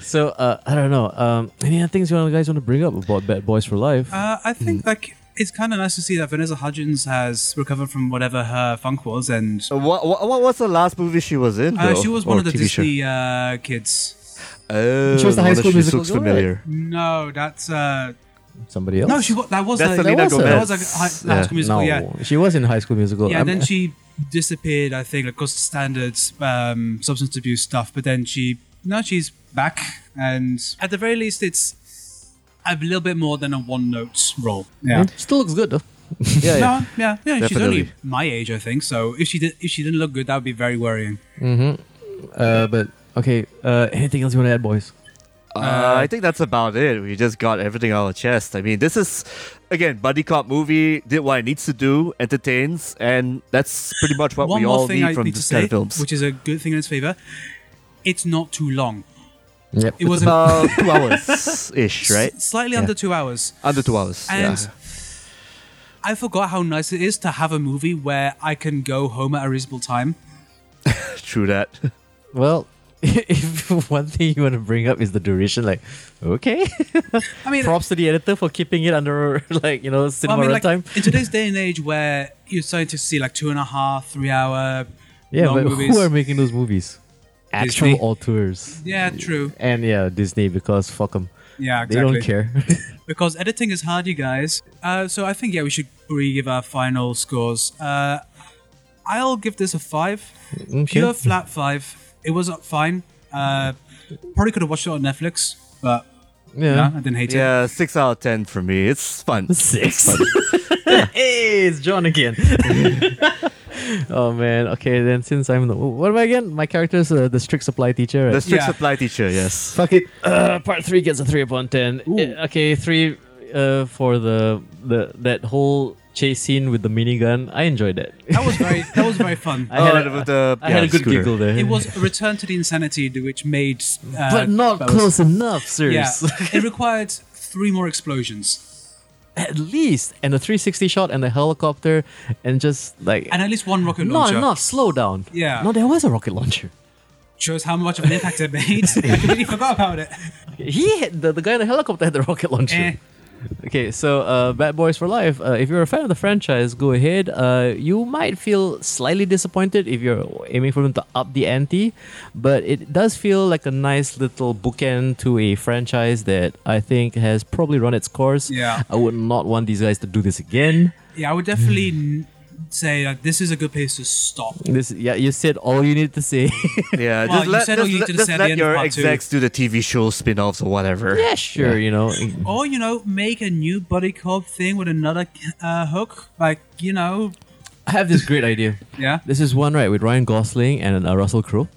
S3: So uh, I don't know. Um, any other things you wanna- guys want to bring up about Bad Boys for Life?
S2: Uh, I think like it's kind of nice to see that Vanessa Hudgens has recovered from whatever her funk was, and
S1: So What, what, what was the last movie she was in?
S2: uh,
S1: though?
S2: she was one
S1: Or
S2: of the
S1: TV show?
S2: Disney uh, kids.
S1: Oh,
S3: She was the High
S1: well,
S3: School
S1: she
S3: Musical
S1: looks
S3: girl, right?
S1: familiar.
S2: No, that's uh
S3: Somebody else?
S2: no. She wa- that was
S1: That's
S2: a,
S1: Selena
S2: that was a- that
S1: Gomez.
S2: was a high,
S1: Yeah.
S2: high school musical.
S3: no,
S2: Yeah,
S3: she was in High School Musical. Um,
S2: yeah.
S3: I'm-
S2: And then she disappeared. I think, like, cause standards, um, substance abuse stuff. But then she now she's back, and at the very least, it's a little bit more than a one note role. Yeah.
S3: still looks good though. yeah, yeah.
S2: No, yeah, yeah. She's
S1: Hmm. Definitely.
S2: only my age, I think. So if she did, if she didn't look good, that would be very worrying.
S3: Uh, but okay. Uh, anything else you want to add, boys?
S1: Uh, I think that's about it. We just got everything out of the chest. I mean, this is again buddy cop movie. Did what it needs to do, entertains, and that's pretty much what
S2: One
S1: we
S2: more
S1: all
S2: thing
S1: need
S2: I
S1: from
S2: need to
S1: this
S2: say,
S1: kind of films.
S2: which is a good thing in its favor. It's not too long.
S3: Yep.
S2: It was a
S1: about two hours ish, right?
S2: slightly
S1: Yeah.
S2: under two hours.
S1: Under two hours.
S2: And
S1: yeah.
S2: I forgot how nice it is to have a movie where I can go home at a reasonable time.
S1: True that.
S3: Well, if one thing you want to bring up is the duration, like, okay,
S2: I mean,
S3: props to the editor for keeping it under like you know
S2: well, I
S3: cinema
S2: mean, like,
S3: runtime.
S2: in today's day and age where you're starting to see like two and a half, three hour
S3: Yeah,
S2: long
S3: but
S2: movies.
S3: who are making those movies? Actual
S2: Disney.
S3: auteurs.
S2: yeah, true.
S3: And yeah, Disney because fuck them.
S2: Yeah,
S3: They
S2: exactly.
S3: don't care.
S2: Because editing is hard, you guys. Uh, so I think yeah, we should re give our final scores. Uh, I'll give this a five, pure flat five. It was uh, fine. Uh, probably could have watched it on Netflix, but no,
S3: yeah.
S2: I didn't hate it.
S1: Yeah, six out of ten for me. It's fun.
S3: Six. hey, it's John again. oh man. Okay, then since I'm the, what am I again? My character is uh, the strict supply teacher. Right?
S1: The strict
S2: Yeah.
S1: supply teacher, yes.
S3: Fuck it. Uh, part three gets a three upon ten.
S2: Ooh.
S3: Eh, okay, three uh, for the the that whole chase scene with the minigun. I enjoyed that.
S2: That was very that was very fun.
S3: I had
S1: Oh,
S3: a-
S1: with the-
S3: I had
S1: yeah,
S3: a good
S1: scooter.
S3: giggle there.
S2: It was a return to the insanity, which made. Uh,
S3: but not
S2: that was-
S3: close enough,
S2: Yeah,
S3: sirs.
S2: it required three more explosions
S3: At least, and the 360 shot and the helicopter, and just like
S2: and at least one rocket
S3: not
S2: launcher.
S3: enough. Slow down.
S2: Yeah.
S3: No, there was a rocket launcher.
S2: shows how much of an impact it made. I completely forgot about it.
S3: He had, the, the guy in the helicopter had the rocket launcher.
S2: Eh.
S3: Okay, so uh, Bad Boys for Life. Uh, if you're a fan of the franchise, go ahead. Uh, you might feel slightly disappointed if you're aiming for them to up the ante, but it does feel like a nice little bookend to a franchise that I think has probably run its course.
S2: Yeah.
S3: I would not want these guys to do this again.
S2: Yeah, I would definitely n- say that this is a good place to stop.
S3: This, yeah, you said all you need to say.
S1: Yeah,
S2: Well,
S1: just
S2: you
S1: let,
S2: said all
S1: just,
S2: you
S1: let-
S2: did
S1: just
S2: say at the
S1: let
S2: end of
S1: your
S2: part two.
S1: execs do the TV show spin offs or whatever.
S3: yeah, sure, you know.
S2: Or, you know, make a new buddy cop thing with another uh, hook. Like, you know,
S3: I have this great idea.
S2: yeah.
S3: This is one right with Ryan Gosling and uh, Russell Crowe.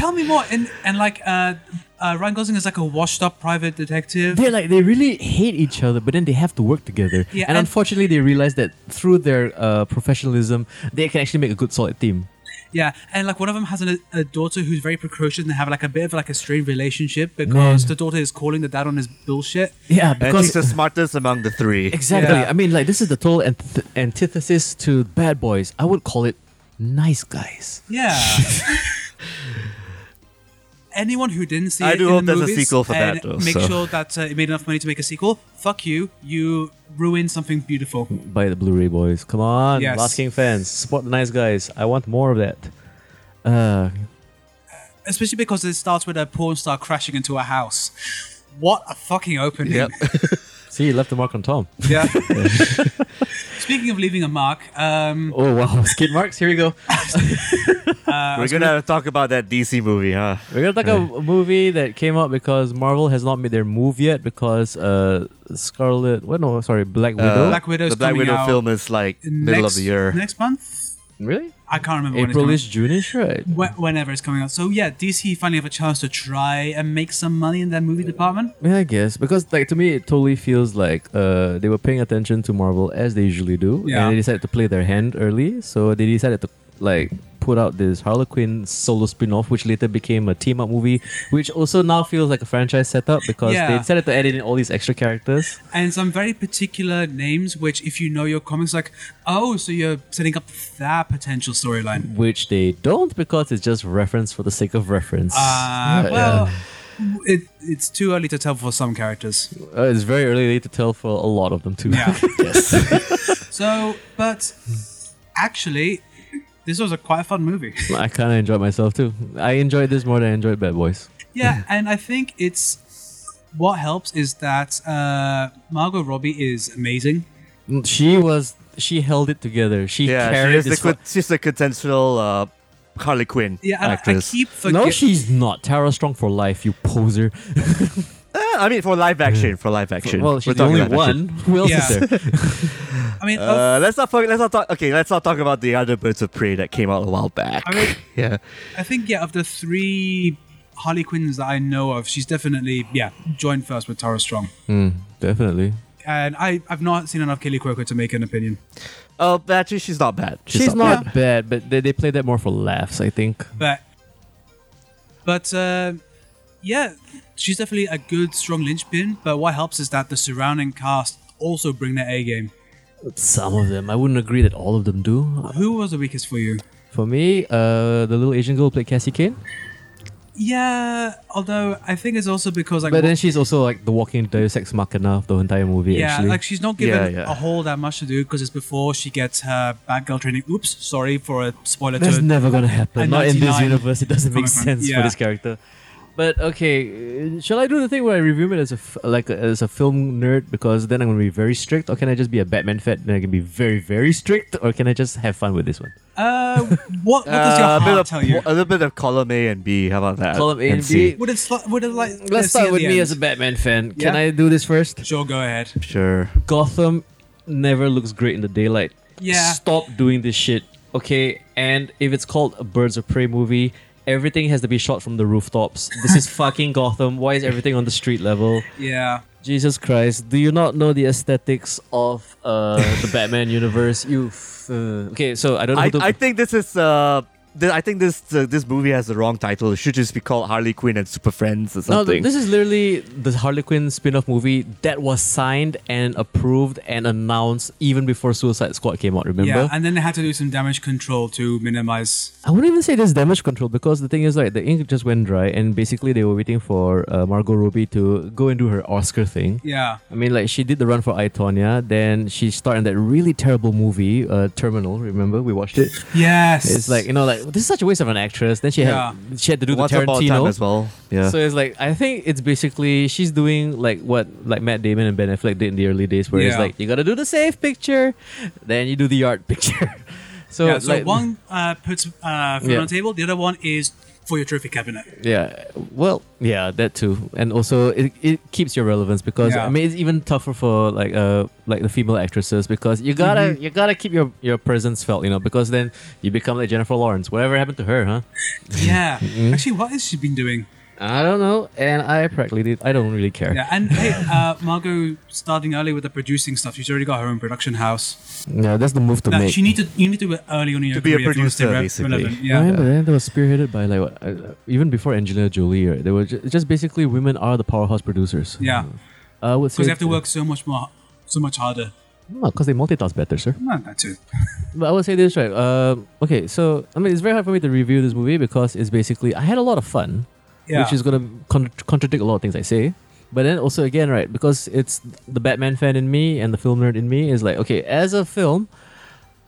S2: Tell me more. And, and like, uh, uh, Ryan Gosling is like a washed up private detective.
S3: They're like they really hate each other, but then they have to work together.
S2: Yeah,
S3: and,
S2: and-
S3: unfortunately, they realize that through their uh, professionalism, they can actually make a good solid team.
S2: Yeah, and like one of them has an, a daughter who's very precocious and they have like a bit of like a strained relationship because
S3: Man.
S2: the daughter is calling the dad on his bullshit.
S3: Yeah,
S1: And she's
S3: because
S1: the smartest among the three.
S3: exactly.
S2: Yeah.
S3: I mean, like this is the total anth- antithesis to bad boys. I would call it nice guys.
S2: Yeah. Anyone who didn't see
S1: I
S2: it
S1: do
S2: in
S1: hope
S2: the
S1: there's a
S2: movies
S1: sequel for
S2: and
S1: that, though,
S2: make
S1: so.
S2: sure that uh, it made enough money to make a sequel. Fuck you, you ruined something beautiful.
S3: By the Blu-ray boys, come on,
S2: Yes.
S3: Last King fans, support the nice guys. I want more of that. Uh,
S2: Especially because it starts with a porn star crashing into a house. What a fucking opening.
S1: Yep.
S3: see, you left a mark on Tom.
S2: Yeah. Speaking of leaving a mark, um,
S3: Oh wow, skid marks. Here we go.
S1: We're gonna talk about that DC movie, huh?
S3: We're gonna talk about a movie that came out because Marvel has not made their move yet because uh Scarlet what no sorry Black Widow
S2: Uh, Black Widow's
S1: Uh, the Black
S2: coming
S1: Widow
S2: out
S1: film is like
S2: next,
S1: middle of the year.
S2: next month?
S3: really
S2: I can't remember when it's coming.
S3: Aprilish Juneish right
S2: Wh- whenever it's coming out. So yeah, DC finally have a chance to try and make some money in their movie department.
S3: yeah I guess because like to me it totally feels like uh they were paying attention to Marvel as they usually do
S2: Yeah.
S3: and they decided to play their hand early so they decided to like put out this Harlequin solo spin-off which later became a team-up movie which also now feels like a franchise setup because
S2: Yeah.
S3: they decided to edit in all these extra characters
S2: And some very particular names, which if you know your comics, like, oh, so you're setting up that potential storyline.
S3: which they don't because it's just reference for the sake of reference.
S2: Uh,
S3: Yeah,
S2: well,
S3: yeah.
S2: it, it's too early to tell for some characters.
S3: Uh, it's very early to tell for a lot of them too.
S2: Yeah.
S1: Yes.
S2: So, but actually, this was a quite a fun movie.
S3: I kind of enjoyed myself too. I enjoyed this more than I enjoyed Bad Boys.
S2: Yeah, and I think it's what helps is that uh, Margot Robbie is amazing.
S3: Mm, She was she held it together. She
S1: yeah, she
S3: carried
S1: is the,
S3: this.
S1: co- she's the consensual uh, Harley Quinn
S2: Yeah, and I, I
S1: actress.
S2: keep
S3: fu-
S2: forgetting.
S3: no, she's not. Tara Strong for life, you poser.
S1: Eh, I mean, for live action, for live action.
S3: Well, she's
S1: We're
S3: the
S1: talking
S3: only
S1: live action.
S3: one. Who else
S2: Yeah.
S3: is there?
S2: I mean, of
S1: Uh, let's not fuck- let's not talk. Okay, let's not talk about the other Birds of Prey that came out a while back.
S2: I mean-
S1: yeah,
S2: I think yeah, of the three Harley Quinns that I know of, she's definitely yeah joined first with Tara Strong.
S1: Hmm,
S3: Mm, definitely.
S2: And I I've not seen enough Kelly Cuoco to make an opinion.
S3: Mm.
S1: uh, but actually, she's not bad.
S3: She's, not bad, but they, they played that more for laughs, I think.
S2: But but uh, yeah, she's definitely a good strong linchpin. But what helps is that the surrounding cast also bring their A game.
S3: Some of them. I wouldn't agree that all of them do.
S2: Who was the weakest for you?
S3: For me, uh, the little Asian girl played Cassie Kane.
S2: Yeah, although I think it's also because like
S3: But then
S2: what-
S3: she's also like the walking Deus Ex Machina of the entire movie.
S2: yeah,
S3: actually.
S2: like she's not given
S1: Yeah, yeah.
S2: a whole that much to do because it's before she gets her Batgirl training. Oops, sorry for a spoiler.
S3: that's
S2: to
S3: never gonna happen.
S2: And
S3: Not in this
S2: 99
S3: universe. It doesn't make
S2: Comic-Con.
S3: sense for
S2: Yeah.
S3: this character. But okay, uh, shall I do the thing where I review it as a f- like a, as a film nerd because then I'm gonna be very strict, or can I just be a Batman fan and I can be very very strict, or can I just have fun with this one?
S2: Uh, what, what does your
S1: Uh, a, bit
S2: heart
S1: of,
S2: tell you?
S1: a little bit of column A and B. How about that?
S3: Column A Uh, and
S1: C.
S3: B.
S2: Would it sli- would it like?
S3: Let's
S2: see
S3: start
S2: at
S3: with
S2: the
S3: me
S2: end?
S3: as a Batman fan. Can
S2: Yeah.
S3: I do this first?
S2: Sure, go ahead.
S1: Sure.
S3: Gotham never looks great in the daylight.
S2: Yeah.
S3: Stop doing this shit. Okay. And if it's called a Birds of Prey movie, everything has to be shot from the rooftops. This is fucking Gotham. Why is everything on the street level?
S2: Yeah,
S3: Jesus Christ. Do you not know the aesthetics of uh, the Batman universe? You. F- uh, okay, so I don't know.
S1: I,
S3: who to-
S1: I think this is uh, th- I think this uh, this movie has the wrong title. It should just be called Harley Quinn and Super Friends or
S3: No,
S1: something.
S3: th- this is literally the Harley Quinn spin-off movie that was signed and approved and announced even before Suicide Squad came out. Remember?
S2: Yeah, and then they had to do some damage control to minimize.
S3: I wouldn't even say there's damage control because the thing is like the ink just went dry and basically they were waiting for uh, Margot Robbie to go and do her Oscar thing.
S2: Yeah,
S3: I mean, like she did the run for I Tonya, then she starred in that really terrible movie, uh, Terminal. Remember we watched it?
S2: yes.
S3: It's like you know, like this is such a waste of an actress. Then she
S2: Yeah.
S3: had she had to do
S1: Once
S3: the
S1: upon a
S3: Tarantino
S1: time as well. Yeah.
S3: So it's like I think it's basically she's doing like what like Matt Damon and Ben Affleck did in the early days, where it's
S2: Yeah.
S3: like you gotta do the safe picture, then you do the yard picture. So,
S2: yeah, so
S3: like,
S2: one uh, puts uh, food
S3: Yeah.
S2: on the table, the other one is for your trophy cabinet.
S3: Yeah. Well, yeah, that too, and also it, it keeps your relevance because
S2: Yeah.
S3: I mean it's even tougher for like uh like the female actresses because you gotta
S2: Mm-hmm.
S3: you gotta keep your your presence felt, you know, because then you become like Jennifer Lawrence. Whatever happened to her, huh?
S2: Yeah.
S1: Mm-hmm.
S2: Actually, what has she been doing?
S3: I don't know, and I practically did. I don't really care.
S2: Yeah, and hey, uh, Margot starting early with the producing stuff. She's already got her own production house.
S3: Yeah, that's the move to
S2: That she need to you need to be early on in your
S1: To be a
S2: career if you want stay
S1: producer,
S2: re-
S1: basically.
S2: relevant.
S3: Right,
S2: Yeah.
S3: but then they were spearheaded by like what, uh, even before Angelina Jolie, right? They were just, just basically women are the powerhouse producers.
S2: Yeah.
S3: uh,
S2: Because
S3: would say-
S2: they have to work so much more, so much harder.
S3: No, because they multitask better, sir.
S2: No, that too.
S3: But I would say this right. Um, okay, so I mean, it's very hard for me to review this movie because it's basically I had a lot of fun,
S2: Yeah.
S3: which is gonna con- contradict a lot of things I say. But then also again, right, because it's the Batman fan in me and the film nerd in me is like, okay, as a film,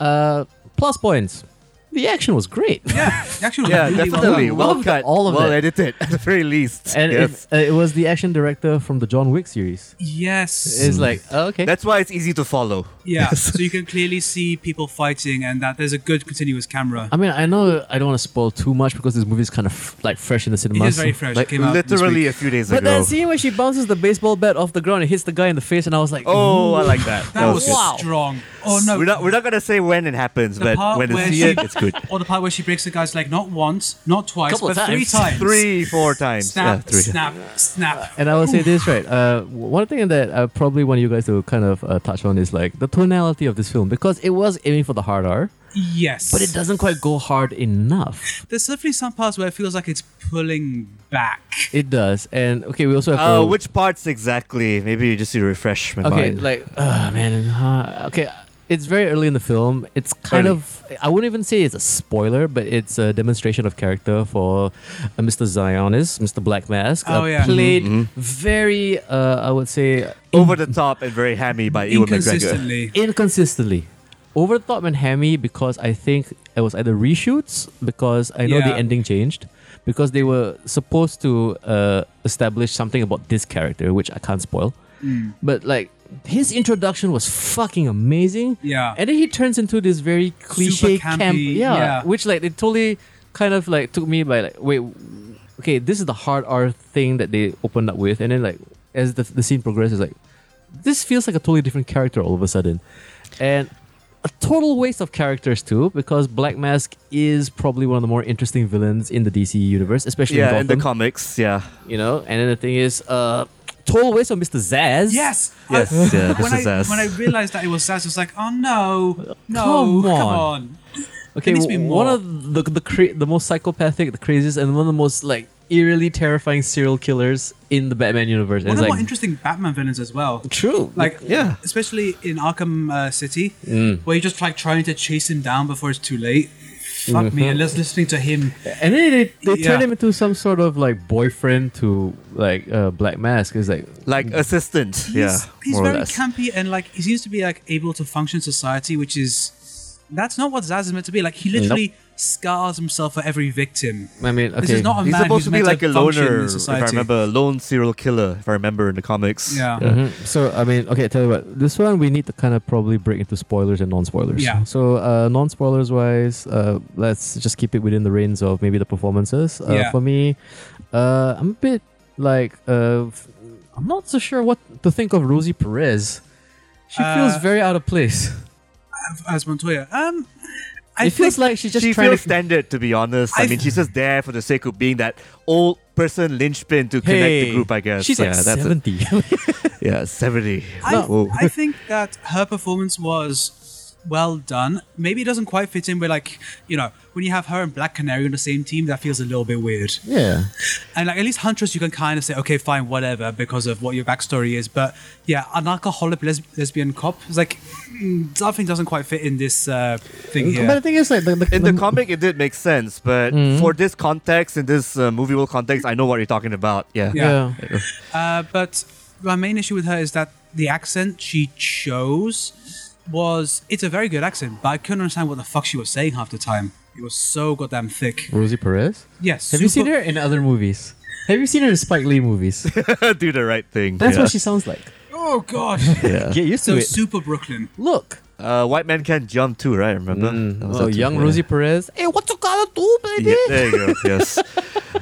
S3: uh, plus points. The action was great.
S2: yeah, actually,
S1: yeah,
S2: really well
S1: definitely.
S2: done.
S3: done.
S1: Well,
S3: Love
S1: cut.
S3: all of
S1: well
S3: it.
S1: edited at the very least.
S3: And
S1: yes.
S3: it's, uh, it was the action director from the John Wick series.
S2: Yes.
S3: It's like oh, okay.
S1: That's why it's easy to follow.
S2: yeah, so you can clearly see people fighting, and that there's a good continuous camera.
S3: I mean, I know I don't want to spoil too much because this movie is kind of like fresh in the
S2: It
S3: cinema.
S2: is very fresh. it
S3: Like,
S2: came out this
S1: Literally
S2: week.
S1: a few days
S3: but
S1: ago.
S3: that scene where she bounces the baseball bat off the ground and hits the guy in the face, and I was like,
S1: oh, I
S3: "Ooh."
S1: like that.
S2: That was
S1: good.
S3: Wow.
S2: strong. Oh no,
S1: We're not we're not gonna say when it happens,
S2: The
S1: but
S2: part
S1: when you
S2: where
S1: see
S2: she-
S1: it, it's good.
S2: or the part where she breaks the guy's leg not once, not twice,
S3: Couple
S2: but
S3: of
S2: three
S3: times.
S2: times.
S1: Three, four times.
S2: Snap,
S1: yeah, three.
S2: snap, snap.
S3: And I will say this right. Uh, w- one thing that I probably want you guys to kind of uh, touch on is like the tonality of this film because it was aiming for the hard R,
S2: Yes.
S3: but it doesn't quite go hard enough.
S2: There's definitely some parts where it feels like it's pulling back.
S3: It does, and okay, we also have
S1: Uh,
S3: to-
S1: which parts exactly? Maybe you just need to refresh my
S3: okay,
S1: mind.
S3: like uh, man, huh? okay. It's very early in the film. It's kind
S1: Early.
S3: of I wouldn't even say it's a spoiler, but it's a demonstration of character for uh, Mr. Zionis, Mr. Black Mask,
S2: Oh, yeah.
S3: played
S1: Mm-hmm.
S3: very uh, I would say
S1: Over the top and very hammy by Ewan McGregor.
S2: Inconsistently.
S3: inconsistently. Over the top and hammy because I think it was either reshoots because I know the
S2: Yeah.
S3: ending changed because they were supposed to uh, establish something about this character which I can't spoil. But like his introduction was fucking amazing.
S2: Yeah.
S3: And then he turns into this very cliche
S2: campy,
S3: camp. Yeah,
S2: yeah.
S3: Which like it totally kind of like took me by like, wait, okay, this is the hard R thing that they opened up with. And then like as the, the scene progresses, like this feels like a totally different character all of a sudden. And a total waste of characters too, because Black Mask is probably one of the more interesting villains in the DC universe, especially
S1: Yeah,
S3: in
S1: in the
S3: Gotham.
S1: comics. Yeah.
S3: you know, and then the thing is, uh, total waste of Mr.
S2: Yes.
S3: Zaz.
S1: Yes,
S2: I-
S1: yeah,
S2: when,
S1: this is
S2: I,
S1: us.
S2: when I realized that it was Sass, I was like, oh no, no,
S3: Come
S2: come
S3: on.
S2: on.
S3: Okay,
S2: needs to be
S3: w- one
S2: more.
S3: of the the cra- the most psychopathic, the craziest, and one of the most like eerily terrifying serial killers in the Batman universe. And
S2: One
S3: it's
S2: of the more
S3: like
S2: interesting Batman villains as well.
S3: true,
S2: Like,
S1: Yeah. Mm.
S2: especially in Arkham uh, City, where you're just like trying to chase him down before it's too late. Fuck
S1: Mm-hmm.
S2: me, and just listening to him.
S3: and then they, they turn
S2: Yeah.
S3: him into some sort of like boyfriend to like uh, Black Mask. It's like
S1: Like assistant. yeah.
S2: he's, he's
S1: more or
S2: very
S1: less.
S2: campy and like he seems to be like able to function in society which is that's not what zaz is meant to be like he literally scars himself for every victim
S3: I mean, okay,
S2: this is not a
S1: He's
S2: man
S1: supposed to
S2: who's
S1: be like
S2: meant
S1: a
S2: function in
S1: loner, if I
S2: society.
S1: remember, a lone serial killer, if I remember in the comics.
S2: yeah
S3: Mhm. So I mean, okay, tell you what. This one we need to kind of probably break into spoilers and non-spoilers.
S2: Yeah.
S3: So uh, non-spoilers wise, uh, let's just keep it within the range of maybe the performances. Uh,
S2: Yeah.
S3: For me, uh, I'm a bit like uh, f- I'm not so sure what to think of Rosie Perez. She feels
S2: Uh,
S3: very out of place.
S2: as montoya um I
S3: it feels
S2: think,
S3: like she's just
S1: she
S3: trying
S1: feels
S3: to.
S1: standard, to be honest. I,
S2: I-
S1: mean, she's just there for the sake of being that old person linchpin to connect the group, I guess.
S3: She's
S1: yeah,
S3: like
S1: that's it.
S3: 70.
S1: Yeah, 70.
S2: I,
S1: Whoa.
S2: I think that her performance was well done. Maybe it doesn't quite fit in with like you know when you have her and Black Canary on the same team, that feels a little bit weird.
S3: Yeah.
S2: And like at least Huntress, you can kind of say, okay, fine, whatever, because of what your backstory is. But yeah, an alcoholic les- lesbian cop is like mm, something doesn't quite fit in this uh, thing here.
S3: Mm, But the thing is, like, the, the,
S1: In the
S3: the-
S1: comic, it did make sense, but
S3: Mm-hmm.
S1: for this context, in this uh, movie world context, I know what you're talking about. Yeah.
S2: Yeah.
S3: yeah.
S2: Uh, but my main issue with her is that the accent she chose was it's a very good accent, but I couldn't understand what the fuck she was saying half the time. It was so goddamn thick.
S3: Rosie Perez.
S2: Yes.
S3: Have you seen her in other movies? Have you seen her in Spike Lee movies?
S1: Do the right thing.
S3: That's
S1: yeah.
S3: what she sounds like.
S2: Oh god.
S3: Get used
S2: so
S3: to it.
S2: super Brooklyn.
S3: Look.
S1: Uh, White Man Can Jump too, right? Remember? Mm, That was
S3: Oh,
S1: a two-
S3: young
S1: yeah.
S3: Rosie Perez. Hey, what you gonna do, baby?
S1: Yeah, there you go. Yes.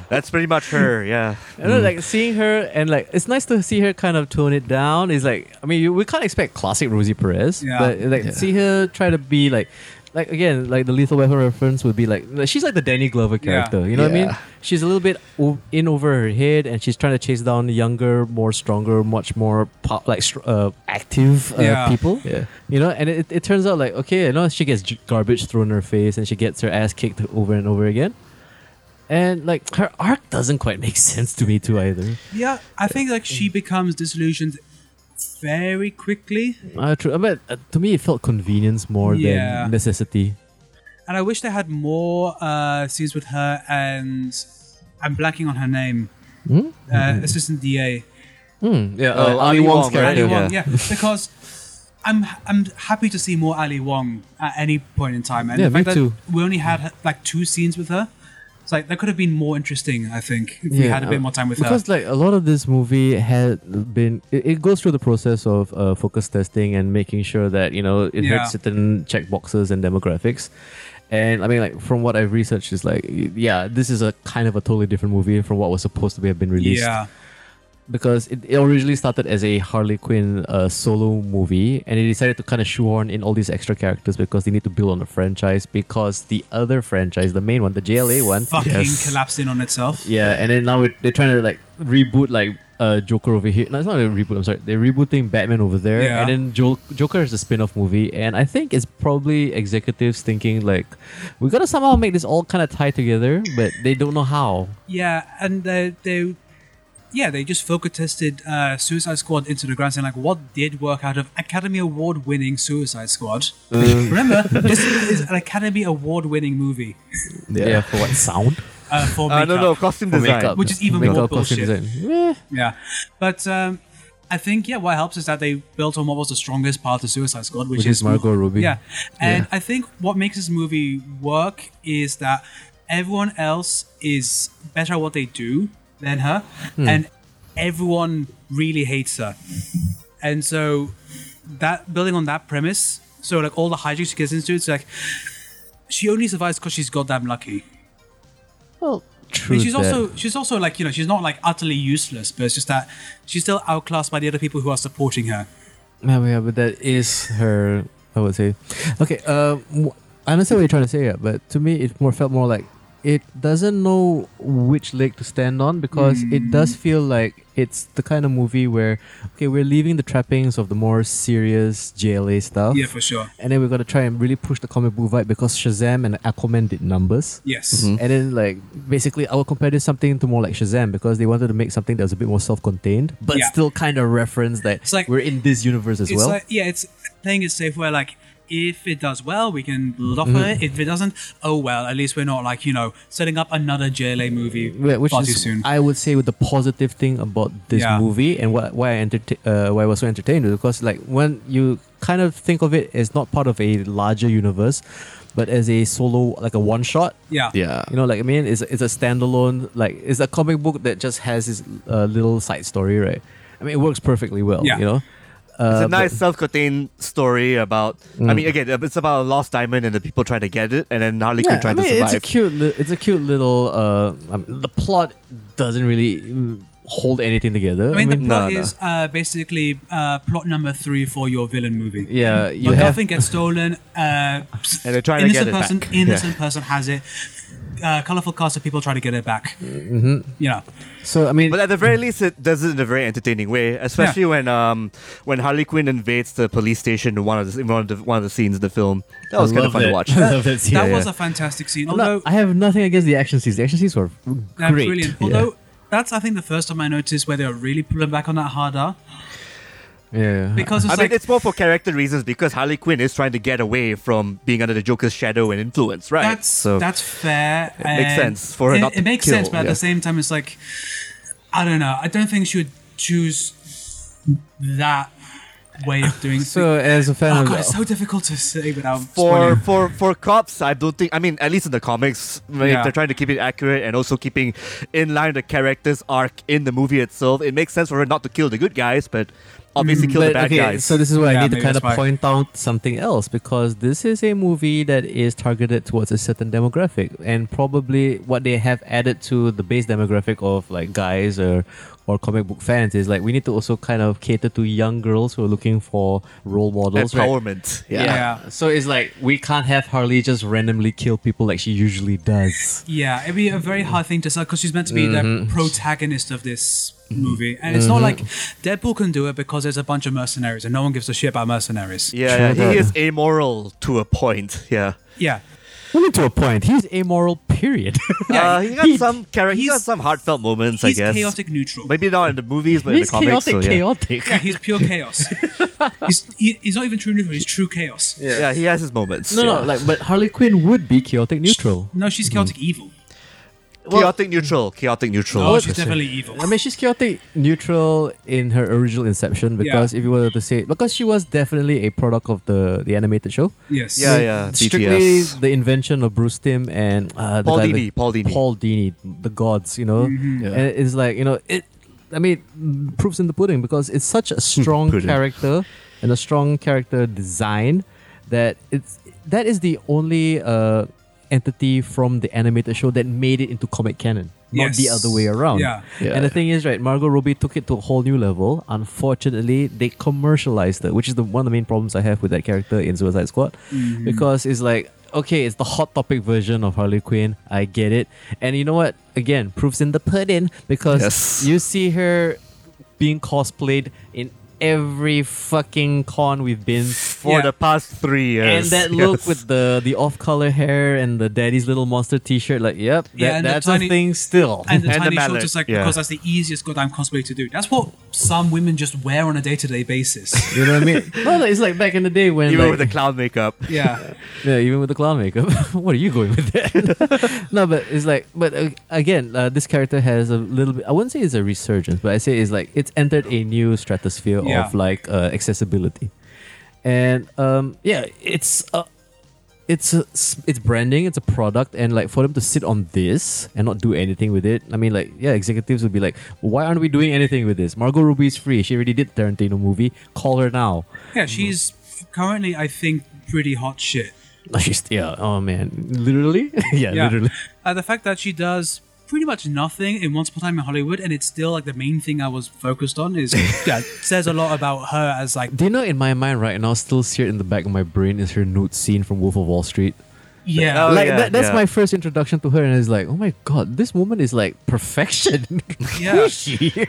S1: That's pretty much her. Yeah.
S3: I
S2: Mm.
S3: know, like seeing her and like it's nice to see her kind of tone it down. It's like I mean, you, we can't expect classic Rosie Perez,
S2: Yeah.
S3: but like see her try to be like, like again, like the Lethal Weapon reference would be like like, she's like the Danny Glover
S2: Yeah.
S3: character. You know what I mean?
S1: Yeah.
S3: She's a little bit o- in over her head, and she's trying to chase down younger, more stronger, much more pop, like str- uh, active uh,
S2: Yeah.
S3: people.
S1: Yeah.
S3: You know, and it, it turns out like okay, you know, she gets j- garbage thrown in her face, and she gets her ass kicked over and over again. And like her arc doesn't quite make sense to me too either.
S2: Yeah, I think like
S3: Mm.
S2: she becomes disillusioned very quickly.
S3: Uh, true. But uh, to me, it felt convenience more
S2: Yeah.
S3: than necessity.
S2: And I wish they had more uh, scenes with her and I'm blanking on her name.
S3: Mm-hmm.
S2: Uh, Assistant DA.
S3: Hmm. yeah.
S1: uh, Oh, Ali Ali Wong's Wong, right? character.
S2: Ali Wong, yeah.
S1: Yeah.
S2: because I'm I'm happy to see more Ali Wong at any point in time. And
S3: Yeah,
S2: the fact
S3: me
S2: that
S3: too.
S2: we only had like two scenes with her, it's like that could have been more interesting. I think if we had a bit more time with
S3: uh, because
S2: her.
S3: like a lot of this movie had been, it, it goes through the process of uh, focus testing and making sure that you know it
S2: Yeah.
S3: hits certain check boxes and demographics. And I mean, like from what I've researched, is like, y- yeah, this is a kind of a totally different movie from what was supposed to be have been released.
S2: Yeah,
S3: because it, it originally started as a Harley Quinn uh, solo movie, and they decided to kind of shoehorn in all these extra characters because they need to build on the franchise. Because the other franchise, the main one, the JLA one,
S2: fucking collapsed in on itself.
S3: yeah, and then now it, they're trying to like reboot like uh, Joker over here. No, it's not a reboot. I'm sorry, they're rebooting Batman over there,
S2: Yeah.
S3: and then jo- Joker is a spin-off movie. And I think it's probably executives thinking like, we gotta somehow make this all kind of tie together, but they don't know how.
S2: Yeah, and they, they yeah, they just focus tested uh, Suicide Squad into the ground, saying like, what did work out of Academy Award winning Suicide Squad? Remember, this is an Academy Award winning movie
S3: Yeah, for what sound?
S2: uh, for
S1: Uh,
S2: makeup.
S1: no, no, costume
S3: For
S1: design.
S3: makeup.
S2: Which is even
S3: Makeup
S2: more
S3: costume
S2: bullshit.
S3: design. Eh.
S2: Yeah, but um, I think yeah, what helps is that they built on what was the strongest part of Suicide Squad, which,
S3: Which is Margot Robbie.
S2: Yeah, and I think what makes this movie work is that everyone else is better at what they do than her,
S3: Hmm.
S2: and everyone really hates her, and so that building on that premise, so like all the hijinks she gets into, it's like she only survives because she's goddamn lucky.
S3: Well, true.
S2: And she's also she's also like you know she's not like utterly useless, but it's just that she's still outclassed by the other people who are supporting her.
S3: yeah, yeah, but that is her. I would say, okay. Um, w- I understand what you're trying to say, yeah, but to me, it more felt more like it doesn't know which leg to stand on because
S2: Mm.
S3: it does feel like it's the kind of movie where okay, we're leaving the trappings of the more serious JLA stuff,
S2: Yeah, for sure.
S3: and then we're gonna try and really push the comic book vibe because Shazam and Aquaman did numbers.
S2: Yes.
S3: And then like basically I would compare this something to more like Shazam because they wanted to make something that was a bit more self-contained, but
S2: Yeah.
S3: still kind of reference that
S2: It's like-
S3: we're in this universe as
S2: It's
S3: well.
S2: like yeah, it's playing it safe where like if it does well, we can build off of it. If it doesn't, oh well. At least we're not like you know setting up another JLA movie
S3: Yeah, which
S2: far
S3: is
S2: too soon.
S3: I would say with the positive thing about this
S2: Yeah.
S3: movie and why why I enterta- uh, why I was so entertained is because like when you kind of think of it as not part of a larger universe, but as a solo like a one shot.
S2: yeah.
S1: Yeah.
S3: You know, like I mean, it's it's a standalone like it's a comic book that just has this uh, little side story, right? I mean, it works perfectly well.
S2: Yeah.
S3: You know. Uh,
S1: It's a
S3: but- Mm.
S1: nice self-contained story about. I mean, again, uh, it's about a lost diamond and the people trying to get it, and then Harley Quinn trying
S3: I mean,
S1: to
S3: It's a
S1: survive.
S3: cute, li- it's a cute little. Uh, um, the plot doesn't really mm, hold anything together.
S2: I mean, the
S1: no,
S2: plot
S1: no.
S2: is Uh, basically uh, plot number three for your villain movie.
S3: yeah, you
S2: Your
S3: have.
S2: girlfriend gets stolen. Uh,
S1: And they're trying to
S2: innocent
S1: get it
S2: person,
S1: back.
S2: innocent person has it. uh, colorful cast of people trying to get it back.
S1: Mm-hmm.
S2: You know,
S3: So I mean,
S1: But at the very least, it does it in a very entertaining way, especially when um when Harley Quinn invades the police station in one of the in one of the, one of the scenes in the film. That was kind of fun to watch.
S4: I love it.
S2: that
S1: yeah.
S2: was a fantastic scene.
S3: I'm not-
S2: Although
S3: I have nothing against the action scenes. The action scenes were
S2: Yeah,
S3: great.
S2: brilliant. Although that's I think the first time I noticed where they were really pulling back on that hard R
S3: yeah,
S2: because it's
S1: I
S2: like
S1: mean, it's more for character reasons because Harley Quinn is trying to get away from being under the Joker's shadow and influence, right?
S2: that's
S1: so
S2: that's fair. It
S1: makes sense for her
S2: it,
S1: not to
S2: it makes
S1: kill,
S2: sense, but at
S1: yeah.
S2: the same time, it's like I don't know. I don't think she would choose that way of doing.
S3: So
S2: things.
S3: as a fan
S2: oh
S3: of
S2: god, it's so difficult to say without
S1: uh, for
S2: spoiling.
S1: for for cops, I don't think. I mean, at least in the comics, like,
S2: Yeah.
S1: they're trying to keep it accurate and also keeping in line the character's arc in the movie itself. It makes sense for her not to kill the good guys, but obviously kill the
S3: Mm, But,
S1: bad
S3: okay,
S1: guys.
S3: so this is where
S2: Yeah,
S3: I need to
S2: maybe
S3: kind of
S2: that's why.
S3: point out something else because this is a movie that is targeted towards a certain demographic and probably what they have added to the base demographic of like guys or or comic book fans is like we need to also kind of cater to young girls who are looking for role models. right?
S1: Empowerment. Yeah.
S2: Yeah.
S3: So it's like we can't have Harley just randomly kill people like she usually does.
S2: Yeah, it'd be a
S1: Mm-hmm.
S2: very hard thing to sell because she's meant to be the protagonist of this
S1: Mm-hmm.
S2: movie, and it's not like Deadpool can do it because there's a bunch of mercenaries and no one gives a shit about mercenaries.
S1: Yeah,
S3: True
S1: yeah, he
S3: that.
S1: is amoral to a point. Yeah,
S2: Yeah.
S3: Only to a point. He's amoral. Period.
S1: uh, he got some character. He got
S2: he's-
S1: some heartfelt moments, I
S2: He's
S1: guess.
S2: chaotic neutral.
S1: Maybe not in the movies, but
S3: he's
S1: in the comics. so,
S3: chaotic.
S1: yeah.
S3: Chaotic.
S2: Yeah, he's pure chaos. he's, he, he's not even true neutral. He's true chaos.
S1: Yeah. he has his moments.
S3: No,
S1: yeah.
S3: no, like, but Harley Quinn would be chaotic neutral.
S2: No, she's chaotic
S1: Mm-hmm.
S2: evil.
S1: chaotic neutral, chaotic neutral.
S2: Oh, she's definitely evil.
S3: I mean, she's chaotic neutral in her original inception because if you were to say, because she was definitely a product of the, the animated show.
S2: yes.
S1: Yeah, yeah,
S3: Strictly
S1: BTS.
S3: the invention of Bruce Tim and uh, the
S1: Paul
S3: guy,
S1: Dini,
S3: the,
S1: Paul Dini.
S3: Paul Dini, the gods, you know.
S2: Mm-hmm.
S3: And it's like you know it. I mean, proofs in the pudding because it's such a strong
S1: Hmm, Pudding.
S3: character and a strong character design that it's that is the only uh, entity from the animated show that made it into comic canon, not the
S2: Yes.
S3: other way around.
S2: Yeah.
S3: And the thing is, right, Margot Robbie took it to a whole new level. Unfortunately, they commercialized it, which is the one of the main problems I have with that character in Suicide Squad,
S2: Mm-hmm.
S3: because it's like, okay, it's the hot topic version of Harley Quinn. I get it, and you know what? Again, proofs in the pudding because
S1: Yes.
S3: you see her being cosplayed in every fucking con we've been.
S1: For
S2: Yeah.
S1: the past three years,
S3: and that
S1: yes.
S3: look with the, the off color hair and the daddy's little monster t shirt, like, yep,
S2: Yeah,
S3: that,
S2: and the
S3: that's
S2: tiny-
S3: a thing still.
S2: And the
S1: And the
S2: tiny
S1: mallet,
S2: shorts is like
S1: yeah.
S2: because that's the easiest goddamn cosplay to do. That's what some women just wear on a day to day basis.
S3: You know what I mean? no, no, it's like back in the day when
S1: even
S3: like,
S1: with the clown makeup.
S2: yeah.
S3: yeah, even with the clown makeup. what are you going with that? no, but it's like, but uh, again, uh, this character has a little bit. I wouldn't say it's a resurgence, but I say it's like it's entered a new stratosphere
S2: Yeah.
S3: of like uh, accessibility, and um, yeah, it's a, it's a, s- it's branding, it's a product, and like for them to sit on this and not do anything with it. I mean, like yeah, executives would be like, why aren't we doing anything with this? Margot Robbie's free. She already did Tarantino movie. Call her now.
S2: Yeah, she's currently, I think, pretty hot shit.
S3: She's yeah. Oh man, literally. yeah,
S2: Yeah.
S3: literally.
S2: Uh, the fact that she does pretty much nothing in Once Upon a Time in Hollywood and it's still like the main thing I was focused on is yeah, it says a lot about her as like
S3: Do you know in my mind right now, still seared in the back of my brain is her nude scene from Wolf of Wall Street.
S2: yeah.
S1: Oh,
S3: like
S1: yeah,
S3: that, that's
S1: yeah.
S3: my first introduction to her, and it's like, oh my god, this woman is like perfection.
S2: Yeah.
S3: Who is she?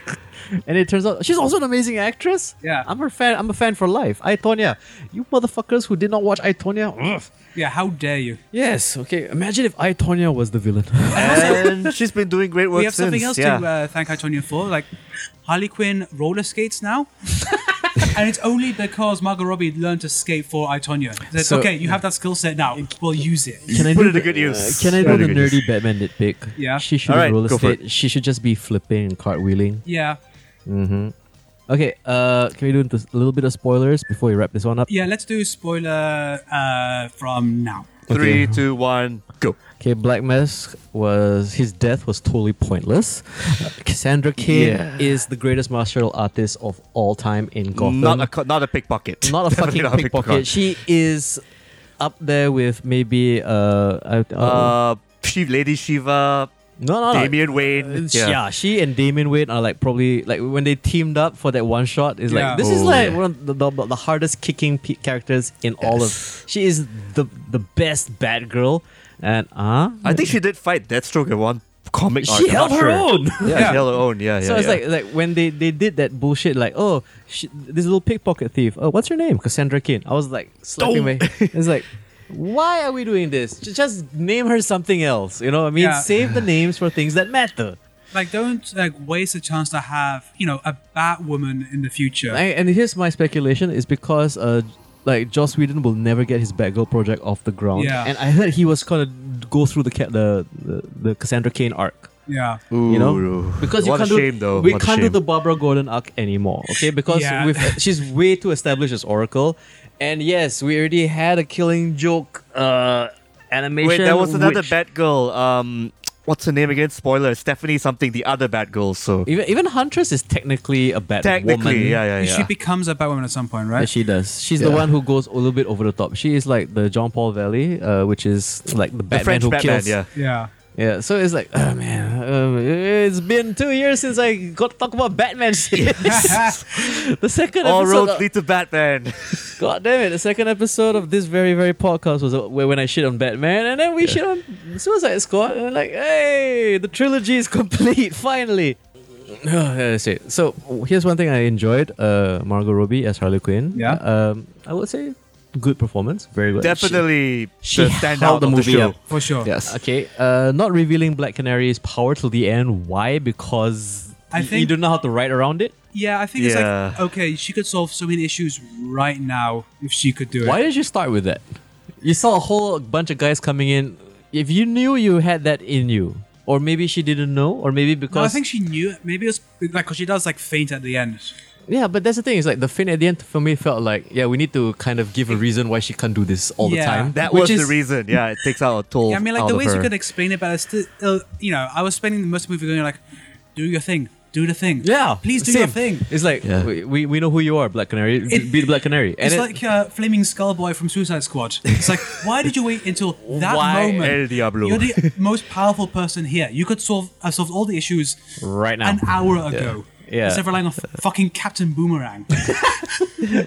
S3: and it turns out she's also an amazing actress.
S2: Yeah.
S3: I'm her fan. I'm a fan for life. I Tonya, you motherfuckers who did not watch I Tonya. ugh.
S2: Yeah, how dare you?
S3: Yes. Okay. Imagine if I Tonya was the villain.
S1: and she's been doing great work
S2: we have
S1: since.
S2: something else
S1: yeah.
S2: to uh, thank Antonio for, like Harley Quinn roller skates now. and it's only because Margot Robbie learned to skate for Itonia. That's
S3: So-
S2: okay, you have that skill set now. We'll use it.
S3: Can I
S1: Put
S3: do
S1: it to
S3: the-
S1: good use.
S3: Can I
S1: Put
S3: do
S1: it to
S3: the
S1: good use.
S3: nerdy Batman nitpick?
S2: Yeah.
S3: She should
S1: Alright,
S3: roller
S1: go for
S3: skate. She should just be flipping and cartwheeling.
S2: Yeah.
S3: Okay, uh, can we do this- a little bit of spoilers before we wrap this one up?
S2: Yeah, let's do spoiler uh, from now.
S1: Three, two, one, go.
S3: Okay, Black Mask was his death was totally pointless. Uh, Cassandra Cain
S1: Yeah.
S3: is the greatest martial artist of all time in Gotham.
S1: Not a co- not a pickpocket.
S3: Not a
S1: Definitely
S3: fucking
S1: not a
S3: pickpocket. She is up there with maybe uh, I, uh
S1: Uh, she, Lady Shiva,
S3: no no no.
S1: Damian Wayne.
S3: yeah.
S1: Yeah.
S3: Oh, uh, she and Damien Wayne are like probably like when they teamed up for that one shot. Is
S2: Yeah.
S3: like this is
S1: Oh,
S3: like
S1: yeah.
S3: one of the, the, the hardest kicking pe- characters in all
S1: Yes.
S3: of. She is the the best Batgirl. And uh
S1: I think she did fight Deathstroke in one comic arc.
S3: she
S1: I'm
S3: held
S1: not
S3: her
S1: sure.
S3: own.
S1: Yeah,
S2: Yeah.
S1: she held her own. Yeah, yeah.
S3: So it's
S1: yeah.
S3: like like when they, they did that bullshit like oh sh- this little pickpocket thief oh what's your name Cassandra Kane I was like
S2: Oh.
S3: slapping
S1: Don't.
S3: my it's like why are we doing this Ju- just name her something else you know what I mean
S2: Yeah.
S3: save the names for things that matter
S2: Like, don't like waste a chance to have you know a Batwoman in the future.
S3: I, and here's my speculation is because uh like Joss Whedon will never get his Batgirl project off the ground
S2: Yeah.
S3: and I heard he was gonna go through the ca- the, the the Cassandra Kane arc
S2: yeah,
S3: you know
S1: Ooh.
S3: because
S1: what
S3: you can't
S1: a shame
S3: do
S1: though.
S3: we
S1: what a
S3: can't do
S1: shame.
S3: the Barbara Gordon arc anymore okay because
S2: Yeah.
S3: we've, she's way too established as Oracle and yes we already had a Killing Joke uh animation
S1: Wait, there was another
S3: which-
S1: Batgirl. Um, what's her name again? Spoiler: Stephanie something. The other Batgirl. So
S3: even even Huntress is technically a bad
S1: technically,
S3: woman.
S1: yeah, yeah, yeah.
S2: she becomes a Batwoman at some point, right?
S3: Yeah, she does. She's the
S1: Yeah.
S3: one who goes a little bit over the top. She is like the John Paul Valley, uh, which is like the
S1: the
S3: Batman
S1: French
S3: who
S1: Batman.
S3: kills.
S1: Yeah.
S2: yeah,
S3: yeah. So it's like, oh man, um, it's been two years since I got to talk about Batman shit. the second
S1: All
S3: episode,
S1: roads lead to Batman.
S3: God damn it! The second episode of this very very podcast was uh, where when I shit on Batman, and then we shit on Suicide Squad, and I'm like, hey, the trilogy is complete finally. Yeah, that's it. So here's one thing I enjoyed: uh, Margot Robbie as Harley Quinn.
S2: Yeah.
S3: Um, I would say good performance, very good.
S1: Definitely
S3: she
S1: the
S3: held
S1: standout
S3: the
S1: of the
S3: movie
S1: show.
S3: up.
S2: for sure.
S1: Yes.
S3: Okay. Uh, not revealing Black Canary's power till the end. Why? Because
S2: I
S3: y- you
S2: think-
S3: don't know how to write around it.
S2: Yeah, I think it's
S1: Yeah.
S2: like okay, she could solve so many issues right now if she could do it.
S3: Why did you start with that? You saw a whole bunch of guys coming in. If you knew you had that in you, or maybe she didn't know, or maybe because
S2: No, I think she knew. it. Maybe it's like because she does like faint at the end.
S3: yeah. But that's the thing. Is like the fin at the end for me felt like yeah, we need to kind of give a reason why she can't do this all
S2: Yeah.
S3: the time.
S1: That
S3: which
S1: was
S3: is,
S1: the reason. Yeah, it takes out a toll.
S2: Yeah, I mean, like
S1: out
S2: the
S1: of
S2: ways you
S1: her.
S2: could explain it, but I still, uh, you know, I was spending most of the movie going like, "Do your thing, do the thing,
S3: Yeah,
S2: please do
S3: same.
S2: your thing."
S3: It's like
S1: Yeah.
S3: we, we, we know who you are, Black Canary.
S2: It-
S3: be the Black Canary.
S2: It's
S3: it-
S2: like uh, Flaming Skull Boy from Suicide Squad. It's like, why did you wait until that
S3: Why?
S1: El
S2: moment?
S1: Diablo.
S2: You're the most powerful person here. You could solve uh, solve all the issues
S3: Right now.
S2: an hour ago.
S3: Yeah.
S2: Instead of relying on f- fucking Captain Boomerang.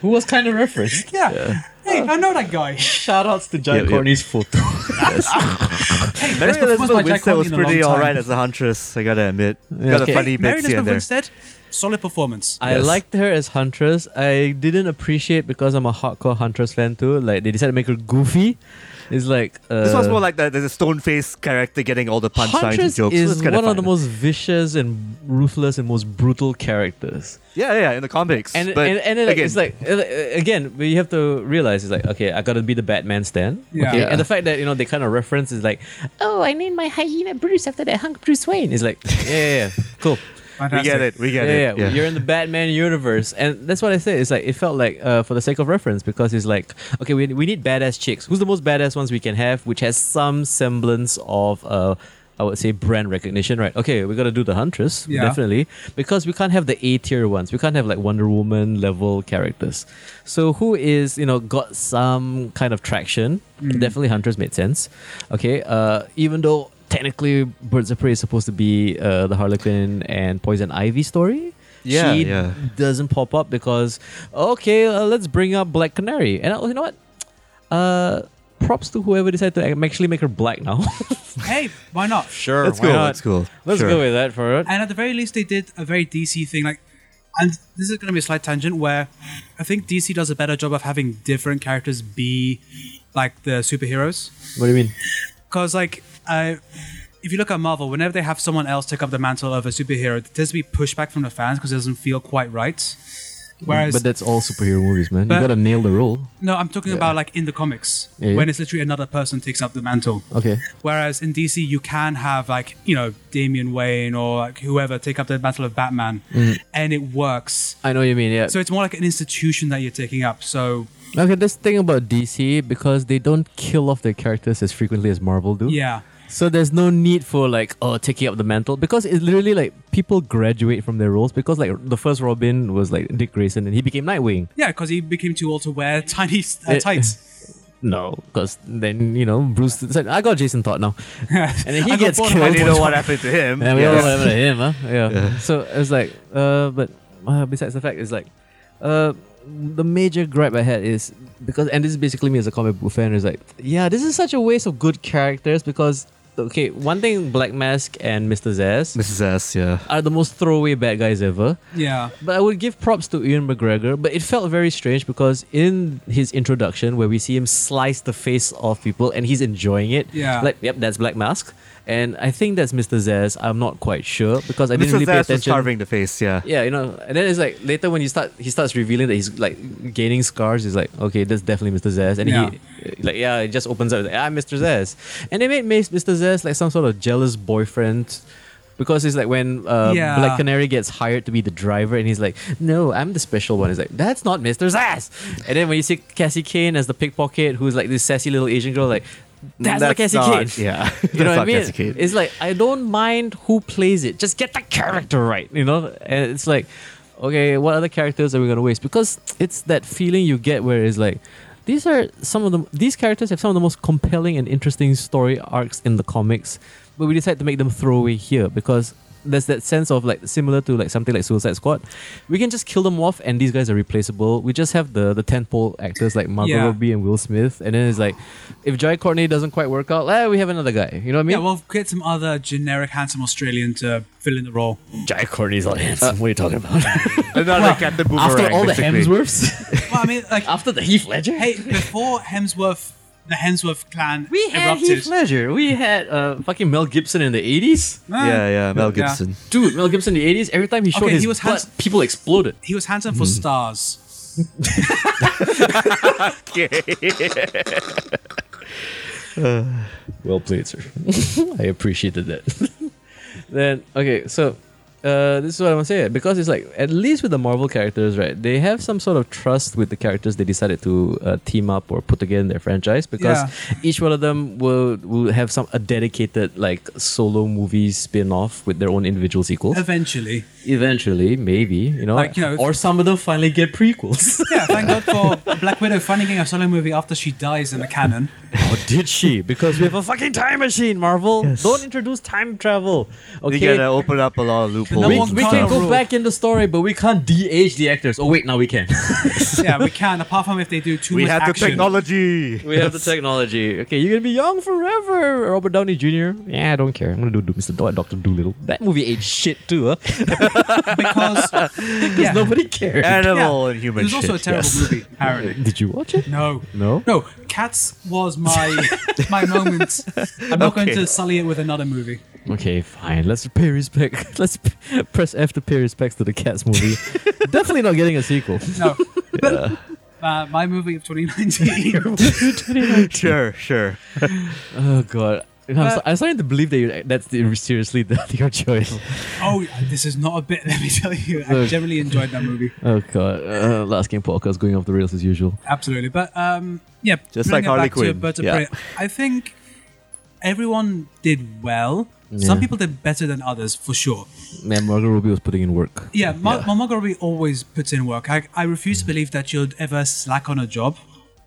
S3: who was kind of referenced.
S2: Yeah. Hey, I know that guy.
S3: Shoutouts to John
S1: Yep, yep.
S3: Corney's photo.
S2: Hey,
S1: Mary
S2: best performance by
S1: Elizabeth Winstead
S2: Jack Courtney
S1: was
S2: in a long
S1: pretty
S2: time.
S1: alright as a huntress. I gotta admit, got
S3: Okay.
S1: a funny
S2: Mary
S1: bit here
S2: Elizabeth
S1: and there.
S2: Winstead, solid performance.
S3: I
S1: Yes.
S3: liked her as Huntress. I didn't appreciate because I'm a hardcore Huntress fan too. Like they decided to make her goofy. It's like uh,
S1: This was more like that. There's a stone faced character getting all the punchlines and
S3: Huntress
S1: jokes.
S3: is
S1: That's kinda
S3: one of the
S1: fun.
S3: most vicious and ruthless and most brutal characters.
S1: Yeah, yeah, in the comics.
S3: And
S1: but
S3: and, and it, like,
S1: again,
S3: it's like uh, again, we have to realize it's like okay, I gotta be the Batman stand.
S2: Yeah.
S3: Okay,
S2: Yeah.
S3: and the fact that you know they kind of reference is like, oh, I named my hyena Bruce after that hunk Bruce Wayne. It's like yeah, yeah, yeah. cool.
S1: we
S2: Fantastic.
S1: get it. We get
S3: yeah,
S1: it.
S3: yeah,
S1: Yeah.
S3: you're in the Batman universe, and that's what I say. It's like it felt like uh, for the sake of reference, because it's like okay, we, we need badass chicks. Who's the most badass ones we can have, which has some semblance of uh, I would say brand recognition, right? Okay, we gotta do the Huntress
S2: Yeah.
S3: definitely because we can't have the A tier ones. We can't have like Wonder Woman level characters. So who is you know got some kind of traction? Definitely Huntress made sense. Okay, uh, even though. Technically, Birds of Prey is supposed to be uh, the Harlequin and Poison Ivy story
S1: Yeah,
S3: she
S1: yeah.
S3: doesn't pop up because okay, uh, let's bring up Black Canary. And uh, you know what? Uh, props to whoever decided to ac- actually make her black now.
S2: Hey, why not?
S3: sure,
S1: That's cool. That's cool.
S3: Let's
S1: Sure.
S3: go with that for it.
S2: And at the very least, they did a very DC thing. Like, and this is going to be a slight tangent where I think DC does a better job of having different characters be like the superheroes.
S3: What do you mean?
S2: Because, like, uh, if you look at Marvel, whenever they have someone else take up the mantle of a superhero, there tends to be pushback from the fans because it doesn't feel quite right. Whereas,
S3: Mm, but that's all superhero movies, man.
S2: But-
S3: you gotta nail the role.
S2: no, I'm talking about like in the comics
S3: Yeah, yeah.
S2: when it's literally another person takes up the mantle.
S3: Okay.
S2: Whereas in DC, you can have like you know Damian Wayne or like whoever take up the mantle of Batman,
S3: Mm.
S2: and it works.
S3: I know what you mean, yeah.
S2: So it's more like an institution that you're taking up. So
S3: okay, this thing about DC, because they don't kill off their characters as frequently as Marvel
S1: Hmm?
S3: do.
S2: yeah,
S3: So there's no need for like oh taking up the mantle because it's literally like people graduate from their roles because like the first Robin was like Dick Grayson and he became Nightwing.
S2: yeah, because he became too old to wear tiny
S1: Eh,
S2: uh,
S3: It-
S2: tights.
S3: No, because then you know Bruce. It's like, I got Jason Todd now, and then
S2: I
S3: he
S2: got
S3: gets
S2: bored
S3: killed.
S2: of my
S1: I didn't know what happened to him.
S3: And we all
S1: Yes.
S3: whatever to him, huh? Yeah. So it's like, uh, but uh, besides the fact, it's like, uh, the major gripe I had is because, and this is basically me as a comic book fan, is like, yeah, this is such a waste of good characters because, okay, one thing Black Mask and Mr. Zaz
S1: Mrs. S, yeah.
S3: are the most throwaway bad guys ever.
S2: Yeah.
S3: But I would give props to Ian McGregor, but it felt very strange because in his introduction, where we see him slice the face off people and he's enjoying it,
S2: Yeah.
S3: like, yep, that's Black Mask. And I think that's Mr. Zaz. I'm not quite sure because I didn't
S1: Mrs.
S3: really pay
S1: S was
S3: attention.
S1: carving the face, yeah.
S3: Yeah, you know, and then it's like later when he start he starts revealing that he's like gaining scars. He's like, okay, that's definitely Mr. Zaz, and
S2: Yeah.
S3: he like yeah, it just opens up like I'm Mr. Zaz, and they made Mas- Mr. Zaz like some sort of jealous boyfriend. Because it's like when uh,
S2: Yeah.
S3: Black Canary gets hired to be the driver, and he's like, "No, I'm the special one." He's like, "That's not Mr. Zaz." And then when you see Cassie Kane as the pickpocket, who's like this sassy little Asian girl, like, "That's, not Cassie Kane."
S1: Yeah.
S3: you know
S1: That's
S3: what I
S1: not
S3: mean?
S1: Cassie Kane.
S3: It's like I don't mind who plays it, just get the character right, you know. And it's like, okay, what other characters are we gonna waste? Because it's that feeling you get where it's like, these are some of the these characters have some of the most compelling and interesting story arcs in the comics, but we decide to make them throwaway here because there's that sense of like similar to like something like Suicide Squad, we can just kill them off and these guys are replaceable. We just have the the tentpole actors like Margot
S2: Yeah.
S3: Robbie and Will Smith, and then it's like, if Jai Courtney doesn't quite work out, eh, we have another guy. You know what I mean?
S2: Yeah, well, get some other generic handsome Australian to fill in the role.
S3: Jai Courtney's not handsome. what are you talking about?
S1: Another Captain Boomerang.
S3: Uh, After all the
S1: basically.
S3: Hemsworths,
S2: Well, I mean, like,
S3: after the Heath Ledger,
S2: hey, before Hemsworth, the Hemsworth clan
S3: we had
S2: erupted.
S3: Heath Ledger. We had uh, fucking Mel Gibson in the eighties.
S2: Ah.
S1: Yeah, yeah, Mel Gibson.
S3: Dude, Mel Gibson in the eighties. Every time he showed
S2: Okay,
S3: his
S2: he was
S3: butt,
S2: hands-
S3: people exploded.
S2: He was handsome for
S1: Hmm.
S2: stars.
S3: Well played, sir. I appreciated that. then okay, so uh, this is what I want to say because it's like at least with the Marvel characters, right? They have some sort of trust with the characters they decided to uh, team up or put together in their franchise because each one of them will will have some a dedicated like solo movie spin off with their own individual sequels.
S2: Eventually.
S3: Eventually, maybe you know,
S2: Like, you know,
S3: or some of them finally get prequels.
S2: Yeah, thank God for Black Widow finally getting a solo movie after she dies in the canon.
S3: or Oh, did she? Because we have a fucking time machine, Marvel. Don't introduce time travel. Okay,
S1: You gotta open up a lot of loopholes.
S2: No
S3: we,
S2: one
S1: and
S3: we
S1: stuff.
S2: can't
S3: can go
S2: rule.
S3: back in the story, but we can't de-age the actors. Oh wait, now we can.
S2: Yeah, we can, apart from if they do too
S1: We
S2: much
S1: had the
S2: action.
S1: technology.
S3: we have the technology. Okay, you're gonna be young forever, Robert Downey Jr. Yeah, I don't care. I'm gonna do, do Mr. Do- Doctor Doolittle. That movie aged shit too, huh?
S2: Because yeah,
S3: Nobody cares.
S1: Animal and
S2: it
S1: human
S2: was also a
S1: shit,
S2: terrible
S1: yes.
S2: movie, apparently.
S3: Did you watch it?
S2: No.
S3: No?
S2: No, Cats was my my moment. I'm not going
S1: Okay.
S2: to sully it with another movie.
S3: Okay, fine. Let's pay respect. Let's p- press F to pay respects to the Cats movie. Definitely not getting a sequel.
S2: No. Uh, my movie of 2019.
S1: Sure, sure.
S3: Oh god. I'm, so- I'm starting to believe that you that's the, seriously the, your choice.
S2: oh, this is not a bit, let me tell you. I
S3: Look.
S2: generally enjoyed that movie.
S3: Oh god, uh, last game podcast going off the rails as usual.
S2: Absolutely. But um, yeah,
S1: Just
S2: bring
S1: like Harley
S2: it back To
S1: Quinn.
S2: Birds of
S1: Yeah.
S2: Prey. I think everyone did well.
S3: Yeah.
S2: Some people did better than others, for sure.
S3: Man, Margot Ruby was putting in work.
S2: Yeah, Mar- Margot Robbie always puts in work. I, I refuse to believe that she'll ever slack on a job.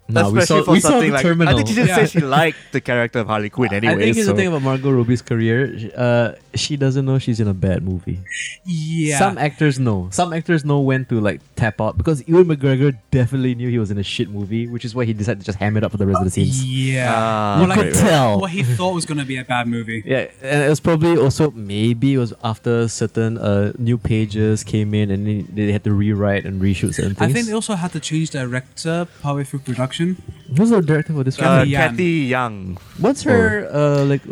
S3: No, we
S1: Especially
S3: saw,
S1: for
S3: we saw
S1: something
S3: the
S1: like
S3: terminal.
S1: I think she just
S2: Yeah.
S1: said she liked the character of Harley Quinn anyway.
S3: I think it's
S1: so.
S3: the thing about Margot Robbie's career. Uh, she doesn't know she's in a bad movie.
S2: Yeah.
S3: Some actors know. Some actors know when to like tap out because Ewan McGregor definitely knew he was in a shit movie, which is why he decided to just ham it up for the rest of the scenes.
S2: yeah.
S1: Ah,
S2: Well,
S3: You could
S2: like,
S3: tell.
S2: What he thought was going to be a bad movie.
S3: Yeah, and it was probably also maybe it was after certain uh, new pages came in and they- they had to rewrite and reshoot certain
S2: I
S3: things.
S2: think they also had to change director partway through production.
S3: who's the director for this one?
S1: Uh,
S2: Kathy Yan.
S1: Kathy Young.
S3: What's her uh, like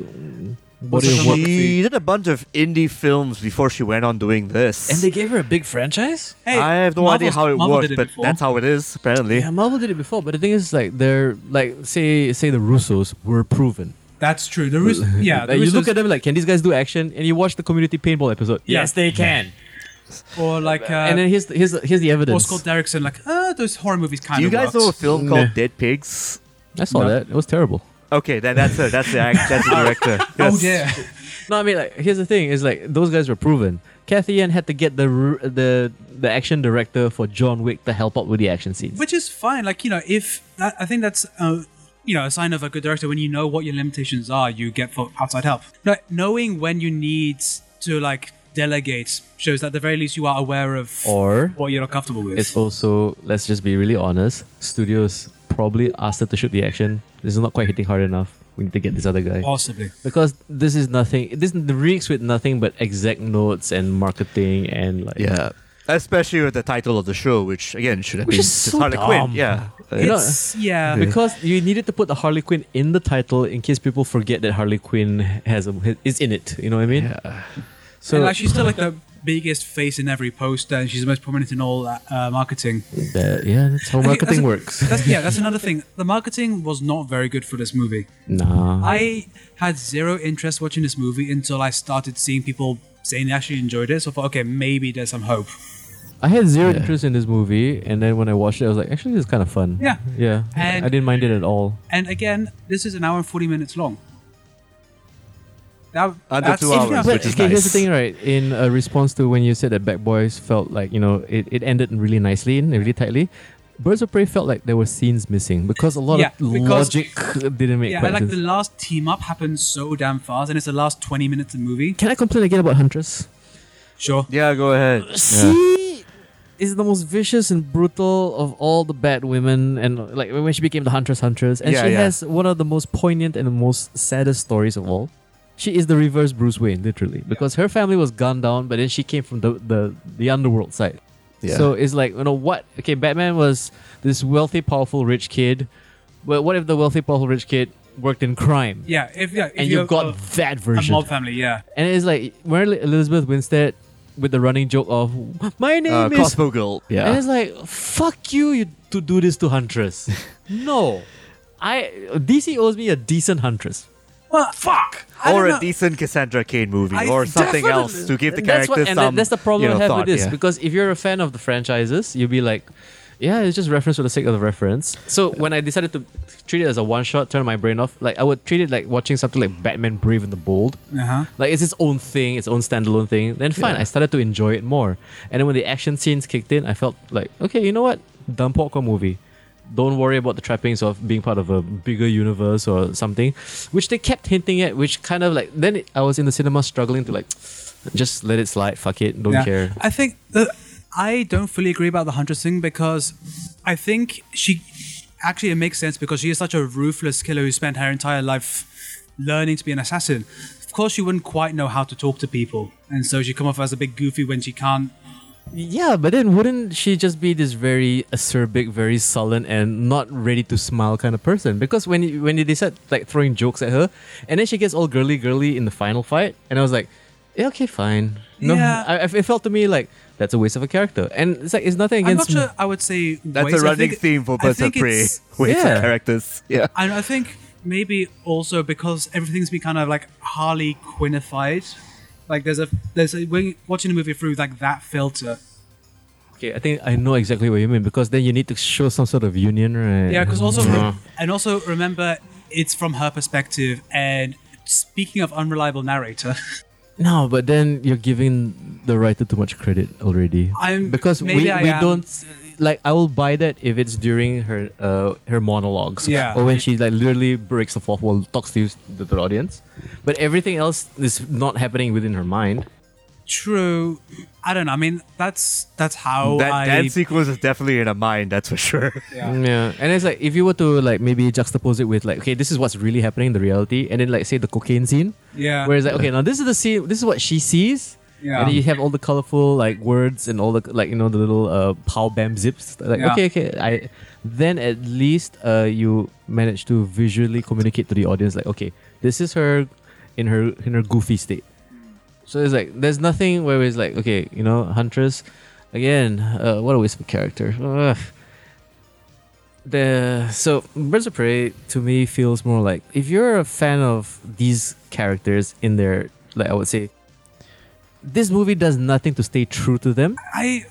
S3: body
S2: her
S3: of work?
S2: genre?
S1: She did a bunch of indie films before she went on doing this.
S3: gave her a big franchise.
S2: Hey,
S1: I have no idea
S2: Marvel's-
S1: how it
S2: Marvel
S1: works,
S2: did
S1: but
S2: before.
S1: that's how it is apparently.
S3: Yeah, Marvel did it before, but the thing is, like, they're like say say the Russos were proven.
S2: That's true. The Rus- yeah, the
S3: like, you look
S2: Russos-
S3: at them like, can these guys do action? And you watch the community paintball episode.
S2: Yeah.
S3: they can.
S2: or like uh,
S3: and then here's the, here's the, here's the
S2: or
S3: evidence.
S2: Scott Derrickson, like uh, those horror movies kind
S1: Do you
S2: of
S1: guys
S2: works.
S1: know a film
S3: Nah.
S1: called Dead Pigs?
S3: I saw
S2: No.
S3: that. It was terrible.
S1: Okay, then that's her. That's the act, that's the director.
S2: Oh
S1: Yes.
S2: dear.
S3: No, I mean like here's the thing is like those guys were proven. Kathy Ann had to get the r- the the action director for John Wick to help out with the action scenes.
S2: Which is fine. Like you know, if that, I think that's uh, you know a sign of a good director when you know what your limitations are, you get for outside help. Like knowing when you need to like delegate shows that at the very least you are aware of
S3: Or
S2: what you're not comfortable with.
S3: it's also let's just be really honest. Studios probably asked her to shoot the action. This is not quite hitting hard enough. We need to get this other guy
S2: Possibly.
S3: because this is nothing. This reeks with nothing but exact notes and marketing and like
S1: Yeah. Especially with the title of the show, which again should have
S3: Which
S1: been
S3: is
S1: just
S3: so
S1: Harley
S3: dumb.
S1: Quinn. Yeah.
S3: You know-
S2: It's, yeah.
S3: because you needed to put the Harley Quinn in the title in case people forget that Harley Quinn has a, is in it. You know what I mean?
S1: yeah.
S3: So
S2: and like, she's still like the biggest face in every poster, and she's the most prominent in all uh, uh, marketing.
S3: that- yeah, that's how
S2: I think
S3: marketing
S2: that's a-
S3: works.
S2: That's, yeah, that's another thing. The marketing was not very good for this movie.
S3: Nah,
S2: I had zero interest watching this movie until I started seeing people saying they actually enjoyed it. So I thought, okay, maybe there's some hope.
S3: I had zero interest in this movie, and then when I watched it, I was like, actually, this is kind of fun.
S2: Yeah.
S3: yeah,
S2: And-
S3: I didn't mind it at all.
S2: And again, this is an hour and 40 minutes long. That,
S1: Under
S2: that's-
S1: two
S2: if
S1: hours,
S2: you have-
S1: which is
S3: okay, here's the
S1: nice.
S3: thing, right? In a response to when you said that Back Boys felt like you know it, it ended really nicely and really tightly, Birds of Prey felt like there were scenes missing because a lot
S2: Yeah,
S3: of
S2: because-
S3: logic didn't make
S2: yeah,
S3: quite
S2: like
S3: sense.
S2: the last team up happens so damn fast, and it's the last 20 minutes of the movie.
S3: Can I complain again about Huntress?
S2: Sure.
S1: Yeah, go ahead. Yeah.
S3: She is the most vicious and brutal of all the bad women, and like when she became the Huntress Huntress, and
S1: Yeah,
S3: she
S1: yeah.
S3: has one of the most poignant and the most saddest stories of all. She is the reverse Bruce Wayne, literally, because her family was gunned down, but then she came from the the, the underworld side.
S1: Yeah.
S3: So it's like you know what? Okay, Batman was this wealthy, powerful, rich kid. Well, what if the wealthy, powerful, rich kid worked in crime?
S2: Yeah, if, yeah, if
S3: And
S2: you
S3: you've got
S2: have
S3: that
S2: a, a
S3: version.
S2: mob family, yeah.
S3: And it's like Mary Elizabeth Winstead with the running joke of my name
S1: Uh,
S3: is
S1: Cosmo Girl.
S3: and
S1: Yeah.
S3: it's like fuck you, you to do this to Huntress. no. I DC owes me a decent Huntress.
S2: Well, fuck! I
S1: Or a
S2: don't know.
S1: decent Cassandra Kane movie,
S2: I
S1: or something
S3: Definitely.
S1: else to give the
S3: And that's
S1: character
S3: what- and
S1: some.
S3: that's the problem
S1: you know,
S3: I have
S1: thought,
S3: with this
S1: yeah.
S3: because if you're a fan of the franchises, you'll be like, yeah, it's just reference for the sake of the reference. So when I decided to treat it as a one shot, turn my brain off, like I would treat it like watching something like Batman Brave and the Bold.
S2: Uh-huh.
S3: Like it's its own thing, its own standalone thing. Then fine, I started to enjoy it more. And then when the action scenes kicked in, I felt like, okay, you know what? Dumb popcorn movie. Don't worry about the trappings of being part of a bigger universe or something, which they kept hinting at. Which kind of like then it, I was in the cinema struggling to like, just let it slide. Fuck it, don't
S2: Yeah.
S3: care.
S2: I think that I don't fully agree about the Huntress thing because I think she actually it makes sense because she is such a ruthless killer who spent her entire life learning to be an assassin. Of course, she wouldn't quite know how to talk to people, and so she come off as a big goofy when she can't.
S3: Yeah, but then wouldn't she just be this very acerbic, very sullen, and not ready to smile kind of person? Because when you- when they start like throwing jokes at her, and then she gets all girly girly in the final fight, and I was like, yeah, okay, fine. No,
S2: Yeah.
S3: I, I- it felt to me like that's a waste of a character, and it's like it's nothing
S2: I'm
S3: against.
S2: not sure. I would say
S1: That's
S2: waste.
S1: a
S2: I
S1: running
S2: think-
S1: theme for
S2: I
S1: Birds of
S2: think
S1: Prey
S2: it's-
S1: with
S3: Yeah.
S1: the characters. Yeah.
S2: And I think maybe also because everything's been kind of like Harley Quinnified. Like there's a there's a when you- watching the movie through like that filter.
S3: Okay, I think I know exactly what you mean because then you need to show some sort of union, right?
S2: Yeah, because also,
S3: Yeah.
S1: Mm-hmm.
S2: and also remember, it's from her perspective. And speaking of unreliable narrator,
S3: No, but then you're giving the writer too much credit already.
S2: I'm
S3: because
S2: maybe
S3: we,
S2: I
S3: we
S2: am.
S3: don't like I will buy that if it's during her uh, her monologues
S2: Yeah.
S3: or when she like literally breaks the fourth wall talks to you, the, the audience but everything else is not happening within her mind
S2: true. I don't know. I mean, that's that's how
S1: That
S2: I.
S1: dance sequence is definitely in her mind, that's for sure.
S2: yeah.
S3: yeah and it's like if you were to like maybe juxtapose it with like okay this is what's really happening in the reality and then like say the cocaine scene
S2: Yeah.
S3: where it's like okay now this is the scene this is what she sees
S2: Yeah.
S3: And then you have all the colorful like words and all the like you know the little uh pow bam zips like
S2: Yeah.
S3: okay okay I then at least uh you manage to visually communicate to the audience like okay this is her in her in her goofy state so it's like there's nothing where it's like okay you know huntress again uh, what a waste of character Ugh. the so birds of prey to me feels more like if you're a fan of these characters in their like I would say this movie does nothing to stay true to them.
S2: I.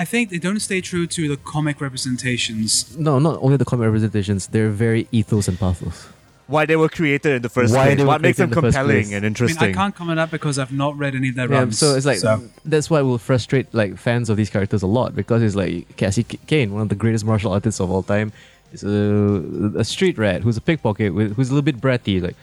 S2: I think they don't stay true to the comic representations.
S3: No, not only the comic representations, they're very ethos and pathos.
S1: Why they were created in the first
S3: Why
S1: place.
S3: they were
S1: What makes
S3: created
S1: them
S3: in the first
S1: compelling
S3: place.
S1: and
S2: I mean,
S1: interesting.
S2: I can't comment on that because I've not read any of their runs.
S3: so it's like that's why will frustrate like fans of these characters a lot because it's like Cassie K- Kane, one of the greatest martial artists of all time, is a, a street rat who's a pickpocket with who's a little bit bratty. Like,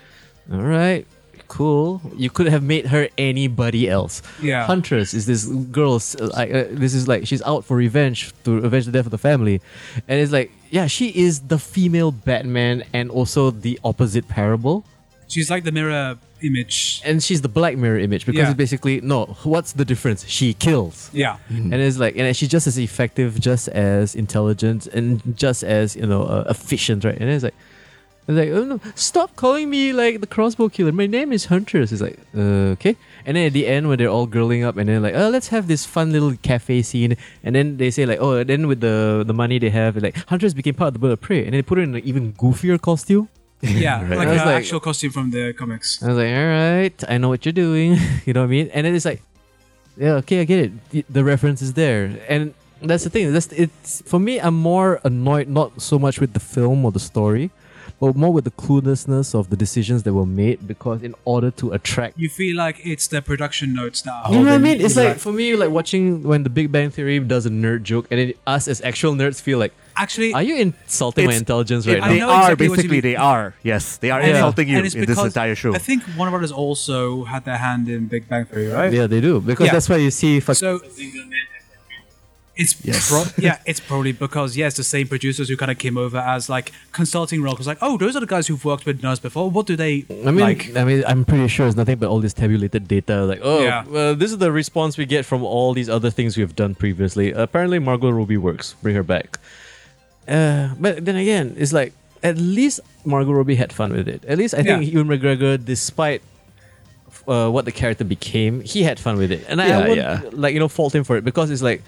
S3: all right, cool. You could have made her anybody else.
S2: Yeah.
S3: Huntress is this girl. s- Uh, I- uh, this is like she's out for revenge to avenge the death of the family, and it's like yeah, she is the female Batman and also the opposite parable,
S2: She's like the mirror image.
S3: and she's the Black Mirror image because
S2: Yeah.
S3: it's basically no. What's the difference? She kills.
S2: Yeah.
S3: And it's like, and she's just as effective, just as intelligent, and just as you know uh, efficient, right? And it's like, it's like, oh no, stop calling me like the crossbow killer. My name is Huntress. It's like, uh, okay. And then at the end, when they're all girling up, and then like, oh, let's have this fun little cafe scene, and then they say like, oh, and then with the the money they have, like Huntress became part of the bird of prey, and then they put her in an even goofier costume.
S2: Yeah. Like
S3: I
S2: her
S3: was like-
S2: actual costume from the comics.
S3: I was like, all right, I know what you're doing. you know what I mean? And then it's like, yeah, okay, I get it. The, the reference is there, and that's the thing. That's it's for me. I'm more annoyed not so much with the film or the story, but more with the cluelessness of the decisions that were made because in order to attract.
S2: You feel like it's the production notes that are
S3: You know what I
S2: holding-
S3: mean? It's like for me, like watching when the Big Bang Theory does a nerd joke, and then us as actual nerds feel like,
S2: Actually,
S3: "Are you insulting my
S1: It's-
S3: intelligence right
S2: I
S1: they
S3: now?"
S2: know
S1: are
S2: exactly what you
S1: basically
S2: mean.
S1: they are. Yes, they are
S2: and it-
S1: insulting you
S2: and it's
S1: in this
S2: because
S1: entire show.
S2: I think Warner Brothers also had their hand in Big Bang Theory, right?
S3: Yeah, they do because
S2: Yeah.
S3: that's why you see fuck
S2: So it's pro- yeah, it's probably because yeah, it's the same producers who kind of came over as like consulting role. Because like, oh, those are the guys who've worked with Nurse before. What do they
S3: I mean,
S2: like?
S3: I mean, I'm pretty sure it's nothing but all this tabulated data. Like, oh,
S2: Yeah.
S3: well, this is the response we get from all these other things we've done previously. Apparently, Margot Robbie works. Bring her back. Uh, but then again, it's like at least Margot Robbie had fun with it. At least I think
S2: Yeah.
S3: Ewan McGregor, despite uh, what the character became, he had fun with it, and I,
S4: Yeah,
S3: I would
S4: yeah.
S3: like you know fault him for it because it's like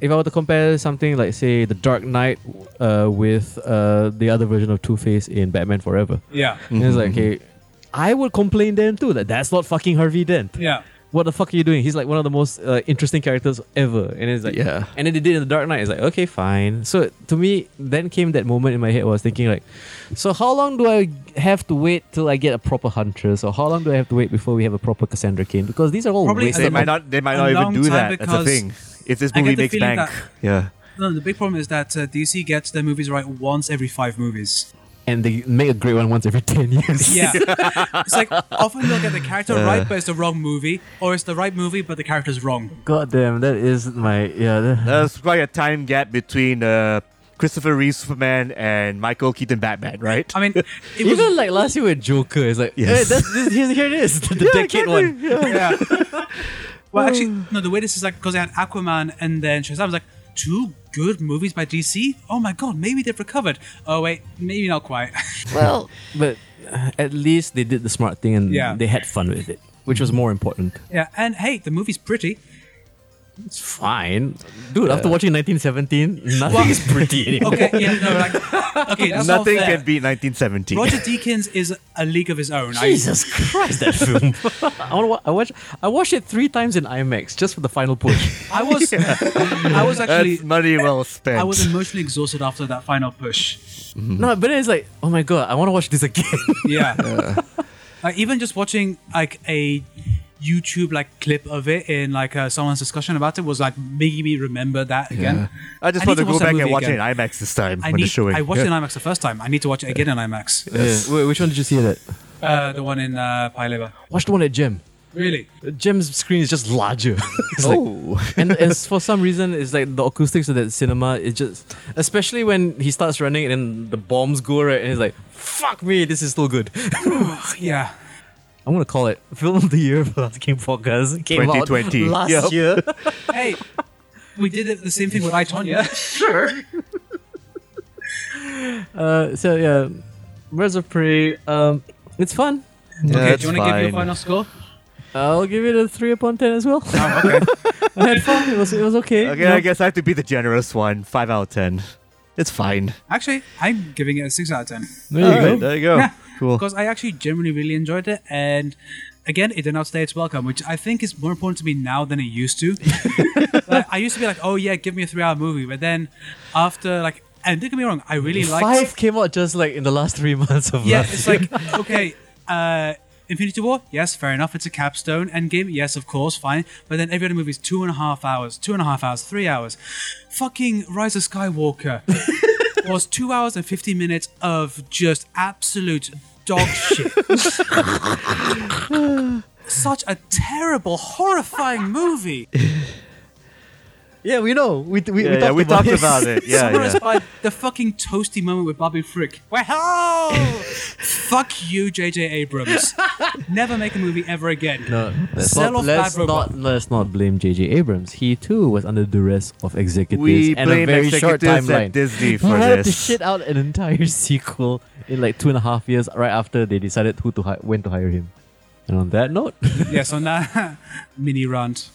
S3: if I were to compare something like say The Dark Knight uh, with uh, the other version of Two Face in Batman Forever.
S2: Yeah,
S3: And it's like, okay, I would complain then too that that's not fucking Harvey Dent.
S2: yeah.
S3: What the fuck are you doing? He's like one of the most uh, interesting characters ever. And it's like,
S4: Yeah.
S3: And then they did in the Dark Knight. It's like, okay, fine. So to me, then came that moment in my head where I was thinking like, so how long do I have to wait till I get a proper Huntress, or how long do I have to wait before we have a proper Cassandra Cain? Because these are all
S2: Probably
S3: wasted
S1: they
S2: a-
S1: might not. They might
S2: a
S1: not even
S2: long
S1: do
S2: time
S1: that. That's the
S2: because
S1: thing. If this
S2: I get
S1: movie
S2: the
S1: makes
S2: feeling
S1: bank,
S2: that-
S1: yeah.
S2: No, the big problem is that uh, DC gets their movies right once every five movies.
S3: and they make a great one once every ten years.
S2: Yeah, it's like often they'll get the character right, but it's the wrong movie, or it's the right movie but the character's wrong.
S3: God damn, that is my yeah. that-
S1: There's quite a time gap between uh, Christopher Reeve Superman and Michael Keaton Batman, right?
S2: I mean, it was
S3: Even like last year with Joker, it's like
S1: Yes.
S3: hey, that's, this, here, here it is, the decade one.
S2: yeah. Well, actually, no. The way this is like because they had Aquaman and then Shazam was like two good movies by DC. Oh my god, maybe they've recovered. Oh wait, maybe not quite.
S3: Well, but uh, at least they did the smart thing and
S2: Yeah.
S3: they had fun with it, which was more important.
S2: yeah, and hey, the movie's pretty.
S3: It's fine, dude. After watching 1917, nothing is pretty anymore.
S2: Okay, yeah, no, like okay, that's not
S1: Nothing
S2: fair.
S1: can beat 1917.
S2: Roger Deakins is a league of his own.
S3: Oh, Jesus Christ, that film! I want to. Wa- I watch. I watched it three times in IMAX just for the final push.
S2: I, I was, I was actually,
S1: That's money well spent.
S2: I was emotionally exhausted after that final push.
S3: no, but then it's like, oh my god, I want to watch this again.
S2: Yeah. Like even just watching like a YouTube like clip of it in like uh, someone's discussion about it was like making me remember that again.
S1: I just
S2: need
S1: want to, go
S2: watch that
S1: back and
S2: movie
S1: watch
S2: again.
S1: it in IMAX this time
S2: I
S1: when
S2: need.
S1: it's showing.
S2: I watched
S1: Yeah.
S2: it in IMAX the first time. I need to watch it again in IMAX.
S3: Wait, which one did you see that?
S2: Uh, the one in uh, Pilever.
S3: Watch the one at Gem.
S2: Really?
S3: Gem's screen is just larger. It's like-
S4: Oh.
S3: and, and for some reason, it's like the acoustics of that cinema. It just, especially when he starts running and then the bombs go right, and he's like, "Fuck me, this is still good."
S2: Yeah.
S3: I'm gonna call it film of the year for Last Game Podcast. It Came out
S1: 2020.
S3: last
S1: Yep.
S3: year.
S2: Hey, we did it, the same thing with I Tonya.
S3: Uh, so yeah, Birds of Prey. Um, it's fun.
S2: okay,
S1: That's
S2: do you want to give your
S1: fine.
S2: final score?
S3: I'll give it a three upon ten as well.
S2: Oh, okay.
S3: I had fun. It was it was okay.
S1: Okay,
S3: you know?
S1: I guess I have to be the generous one. Five out of ten. It's fine.
S2: Actually, I'm giving it a six out of ten.
S3: There you
S1: All right,
S3: go.
S1: There you go.
S2: Yeah.
S1: Cool.
S2: because I actually generally really enjoyed it, and again, it did not stay its welcome, which I think is more important to me now than it used to. like, I used to be like, oh yeah, give me a three-hour movie, but then after like, and don't get me wrong, I really liked.
S3: Five came out just like in the last three months of
S2: Yeah,
S3: last
S2: it's
S3: year.
S2: like okay, uh, Infinity War, yes, fair enough, it's a capstone. Endgame, yes, of course, fine, but then every other movie is two and a half hours, two and a half hours, three hours. Fucking Rise of Skywalker. was two hours and 50 minutes of just absolute dog shit. Such a terrible, horrifying movie.
S3: Yeah, we know. We we,
S1: Yeah, yeah, we talked about it. Yeah, yeah.
S2: Summarized by the fucking toasty moment with Bobby Frick. Well, fuck you, J.J. Abrams. Never make a movie ever again.
S3: No, let's
S2: Sell
S3: not,
S2: off
S3: let's
S2: Bad Robot.
S3: not let's not blame JJ Abrams. He too was under duress of executives
S1: We
S3: and a
S1: blame
S3: very short
S1: executives
S3: timeline.
S1: at Disney
S3: They
S1: for
S3: had to
S1: this.
S3: shit out an entire sequel in like two and a half years right after they decided who to hi- when to hire him. And on that note,
S2: Yes, on that mini rant.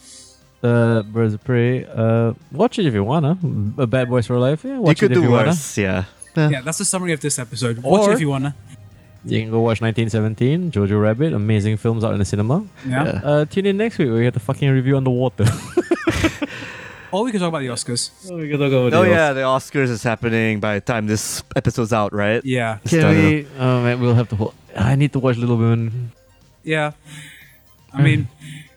S3: uh, Birds of Prey, uh, watch it if you wanna. Uh, Bad Boys for Life, yeah,
S1: You
S3: watch
S1: could
S3: it if
S1: do
S3: you wanna.
S1: worse, yeah.
S2: Yeah, that's the summary of this episode. Watch
S3: Or-
S2: it if you wanna.
S3: You can go watch 1917, Jojo Rabbit, amazing films out in the cinema.
S2: Yeah.
S3: Uh, tune in next week where we get the fucking review on the water.
S2: Or we could talk about the Oscars.
S3: we can talk about
S1: Oh
S3: the
S1: yeah, the Oscars is happening by the time this episode's out, right?
S2: Yeah.
S3: Can
S1: Start it
S3: we? Oh man, we'll have to. Hold, I need to watch Little Women.
S2: Yeah. I mean,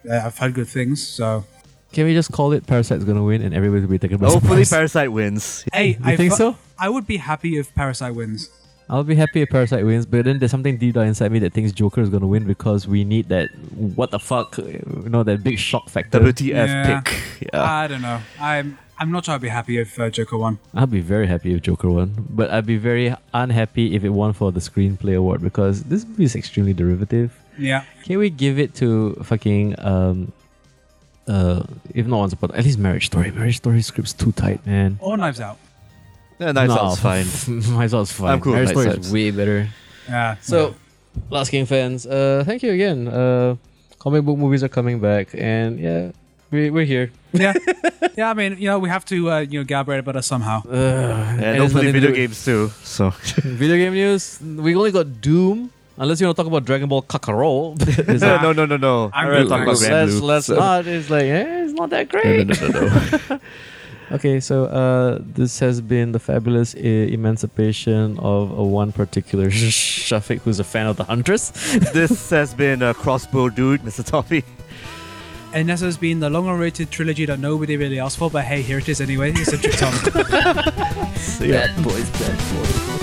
S2: yeah, I've had good things, so.
S3: Can we just call it Parasite's gonna win and everybody will be taken by
S1: Hopefully,
S3: surprise?
S1: Parasite wins.
S2: Hey, I
S3: you think
S2: fu-
S3: so?
S2: I would be happy if Parasite wins.
S3: I'll be happy if Parasite wins, but then there's something deep down inside me that thinks Joker is gonna win because we need that what the fuck, you know, that big shock factor.
S1: WTF
S2: Yeah.
S1: pick? Yeah.
S3: Ah.
S2: I don't know. I'm I'm not sure I'd be happy if uh, Joker won.
S3: I'll be very happy if Joker won, but I'd be very unhappy if it won for the screenplay award because this movie is extremely derivative.
S2: Yeah.
S3: Can we give it to fucking um, uh, if not Once Upon at least Marriage Story? Marriage Story script's too tight, man.
S2: Or Knives Out.
S1: yeah Knives Out's fine.
S3: My sound's fine.
S1: I'm cool with
S3: Marriage
S1: Night
S3: Story
S1: Outs.
S3: is way better.
S2: Yeah.
S3: So, Last King fans, uh, thank you again. Uh, comic book movies are coming back, and yeah, we, we're here.
S2: yeah. Yeah, I mean, you know, we have to uh, you know gab-rate about us somehow.
S3: Uh, and
S1: And
S3: it's
S1: hopefully,
S3: nothing to
S1: video
S3: do-
S1: games too. So
S3: Video game news. We only got Doom. Unless you want to talk about Dragon Ball Kakarot. It's
S1: no,
S3: like-
S1: no, no, no, no.
S2: I'm
S1: I'm gonna
S2: good,
S1: talk
S2: I'm
S1: about
S2: good.
S1: Grand
S3: let's
S1: Blue,
S3: let's
S1: so-
S3: not. It's like eh, it's not that great.
S1: No, no, no, no, no.
S3: Okay, so uh, this has been the fabulous uh, emancipation of uh, one particular Shafiq, who's a fan of the Huntress.
S1: this has been a crossbow dude, Mr. Toffee.
S2: And this has been the long-awaited trilogy that nobody really asked for, but hey, here it is anyway. It's a trick Tom.
S3: Bad boys, bad boys.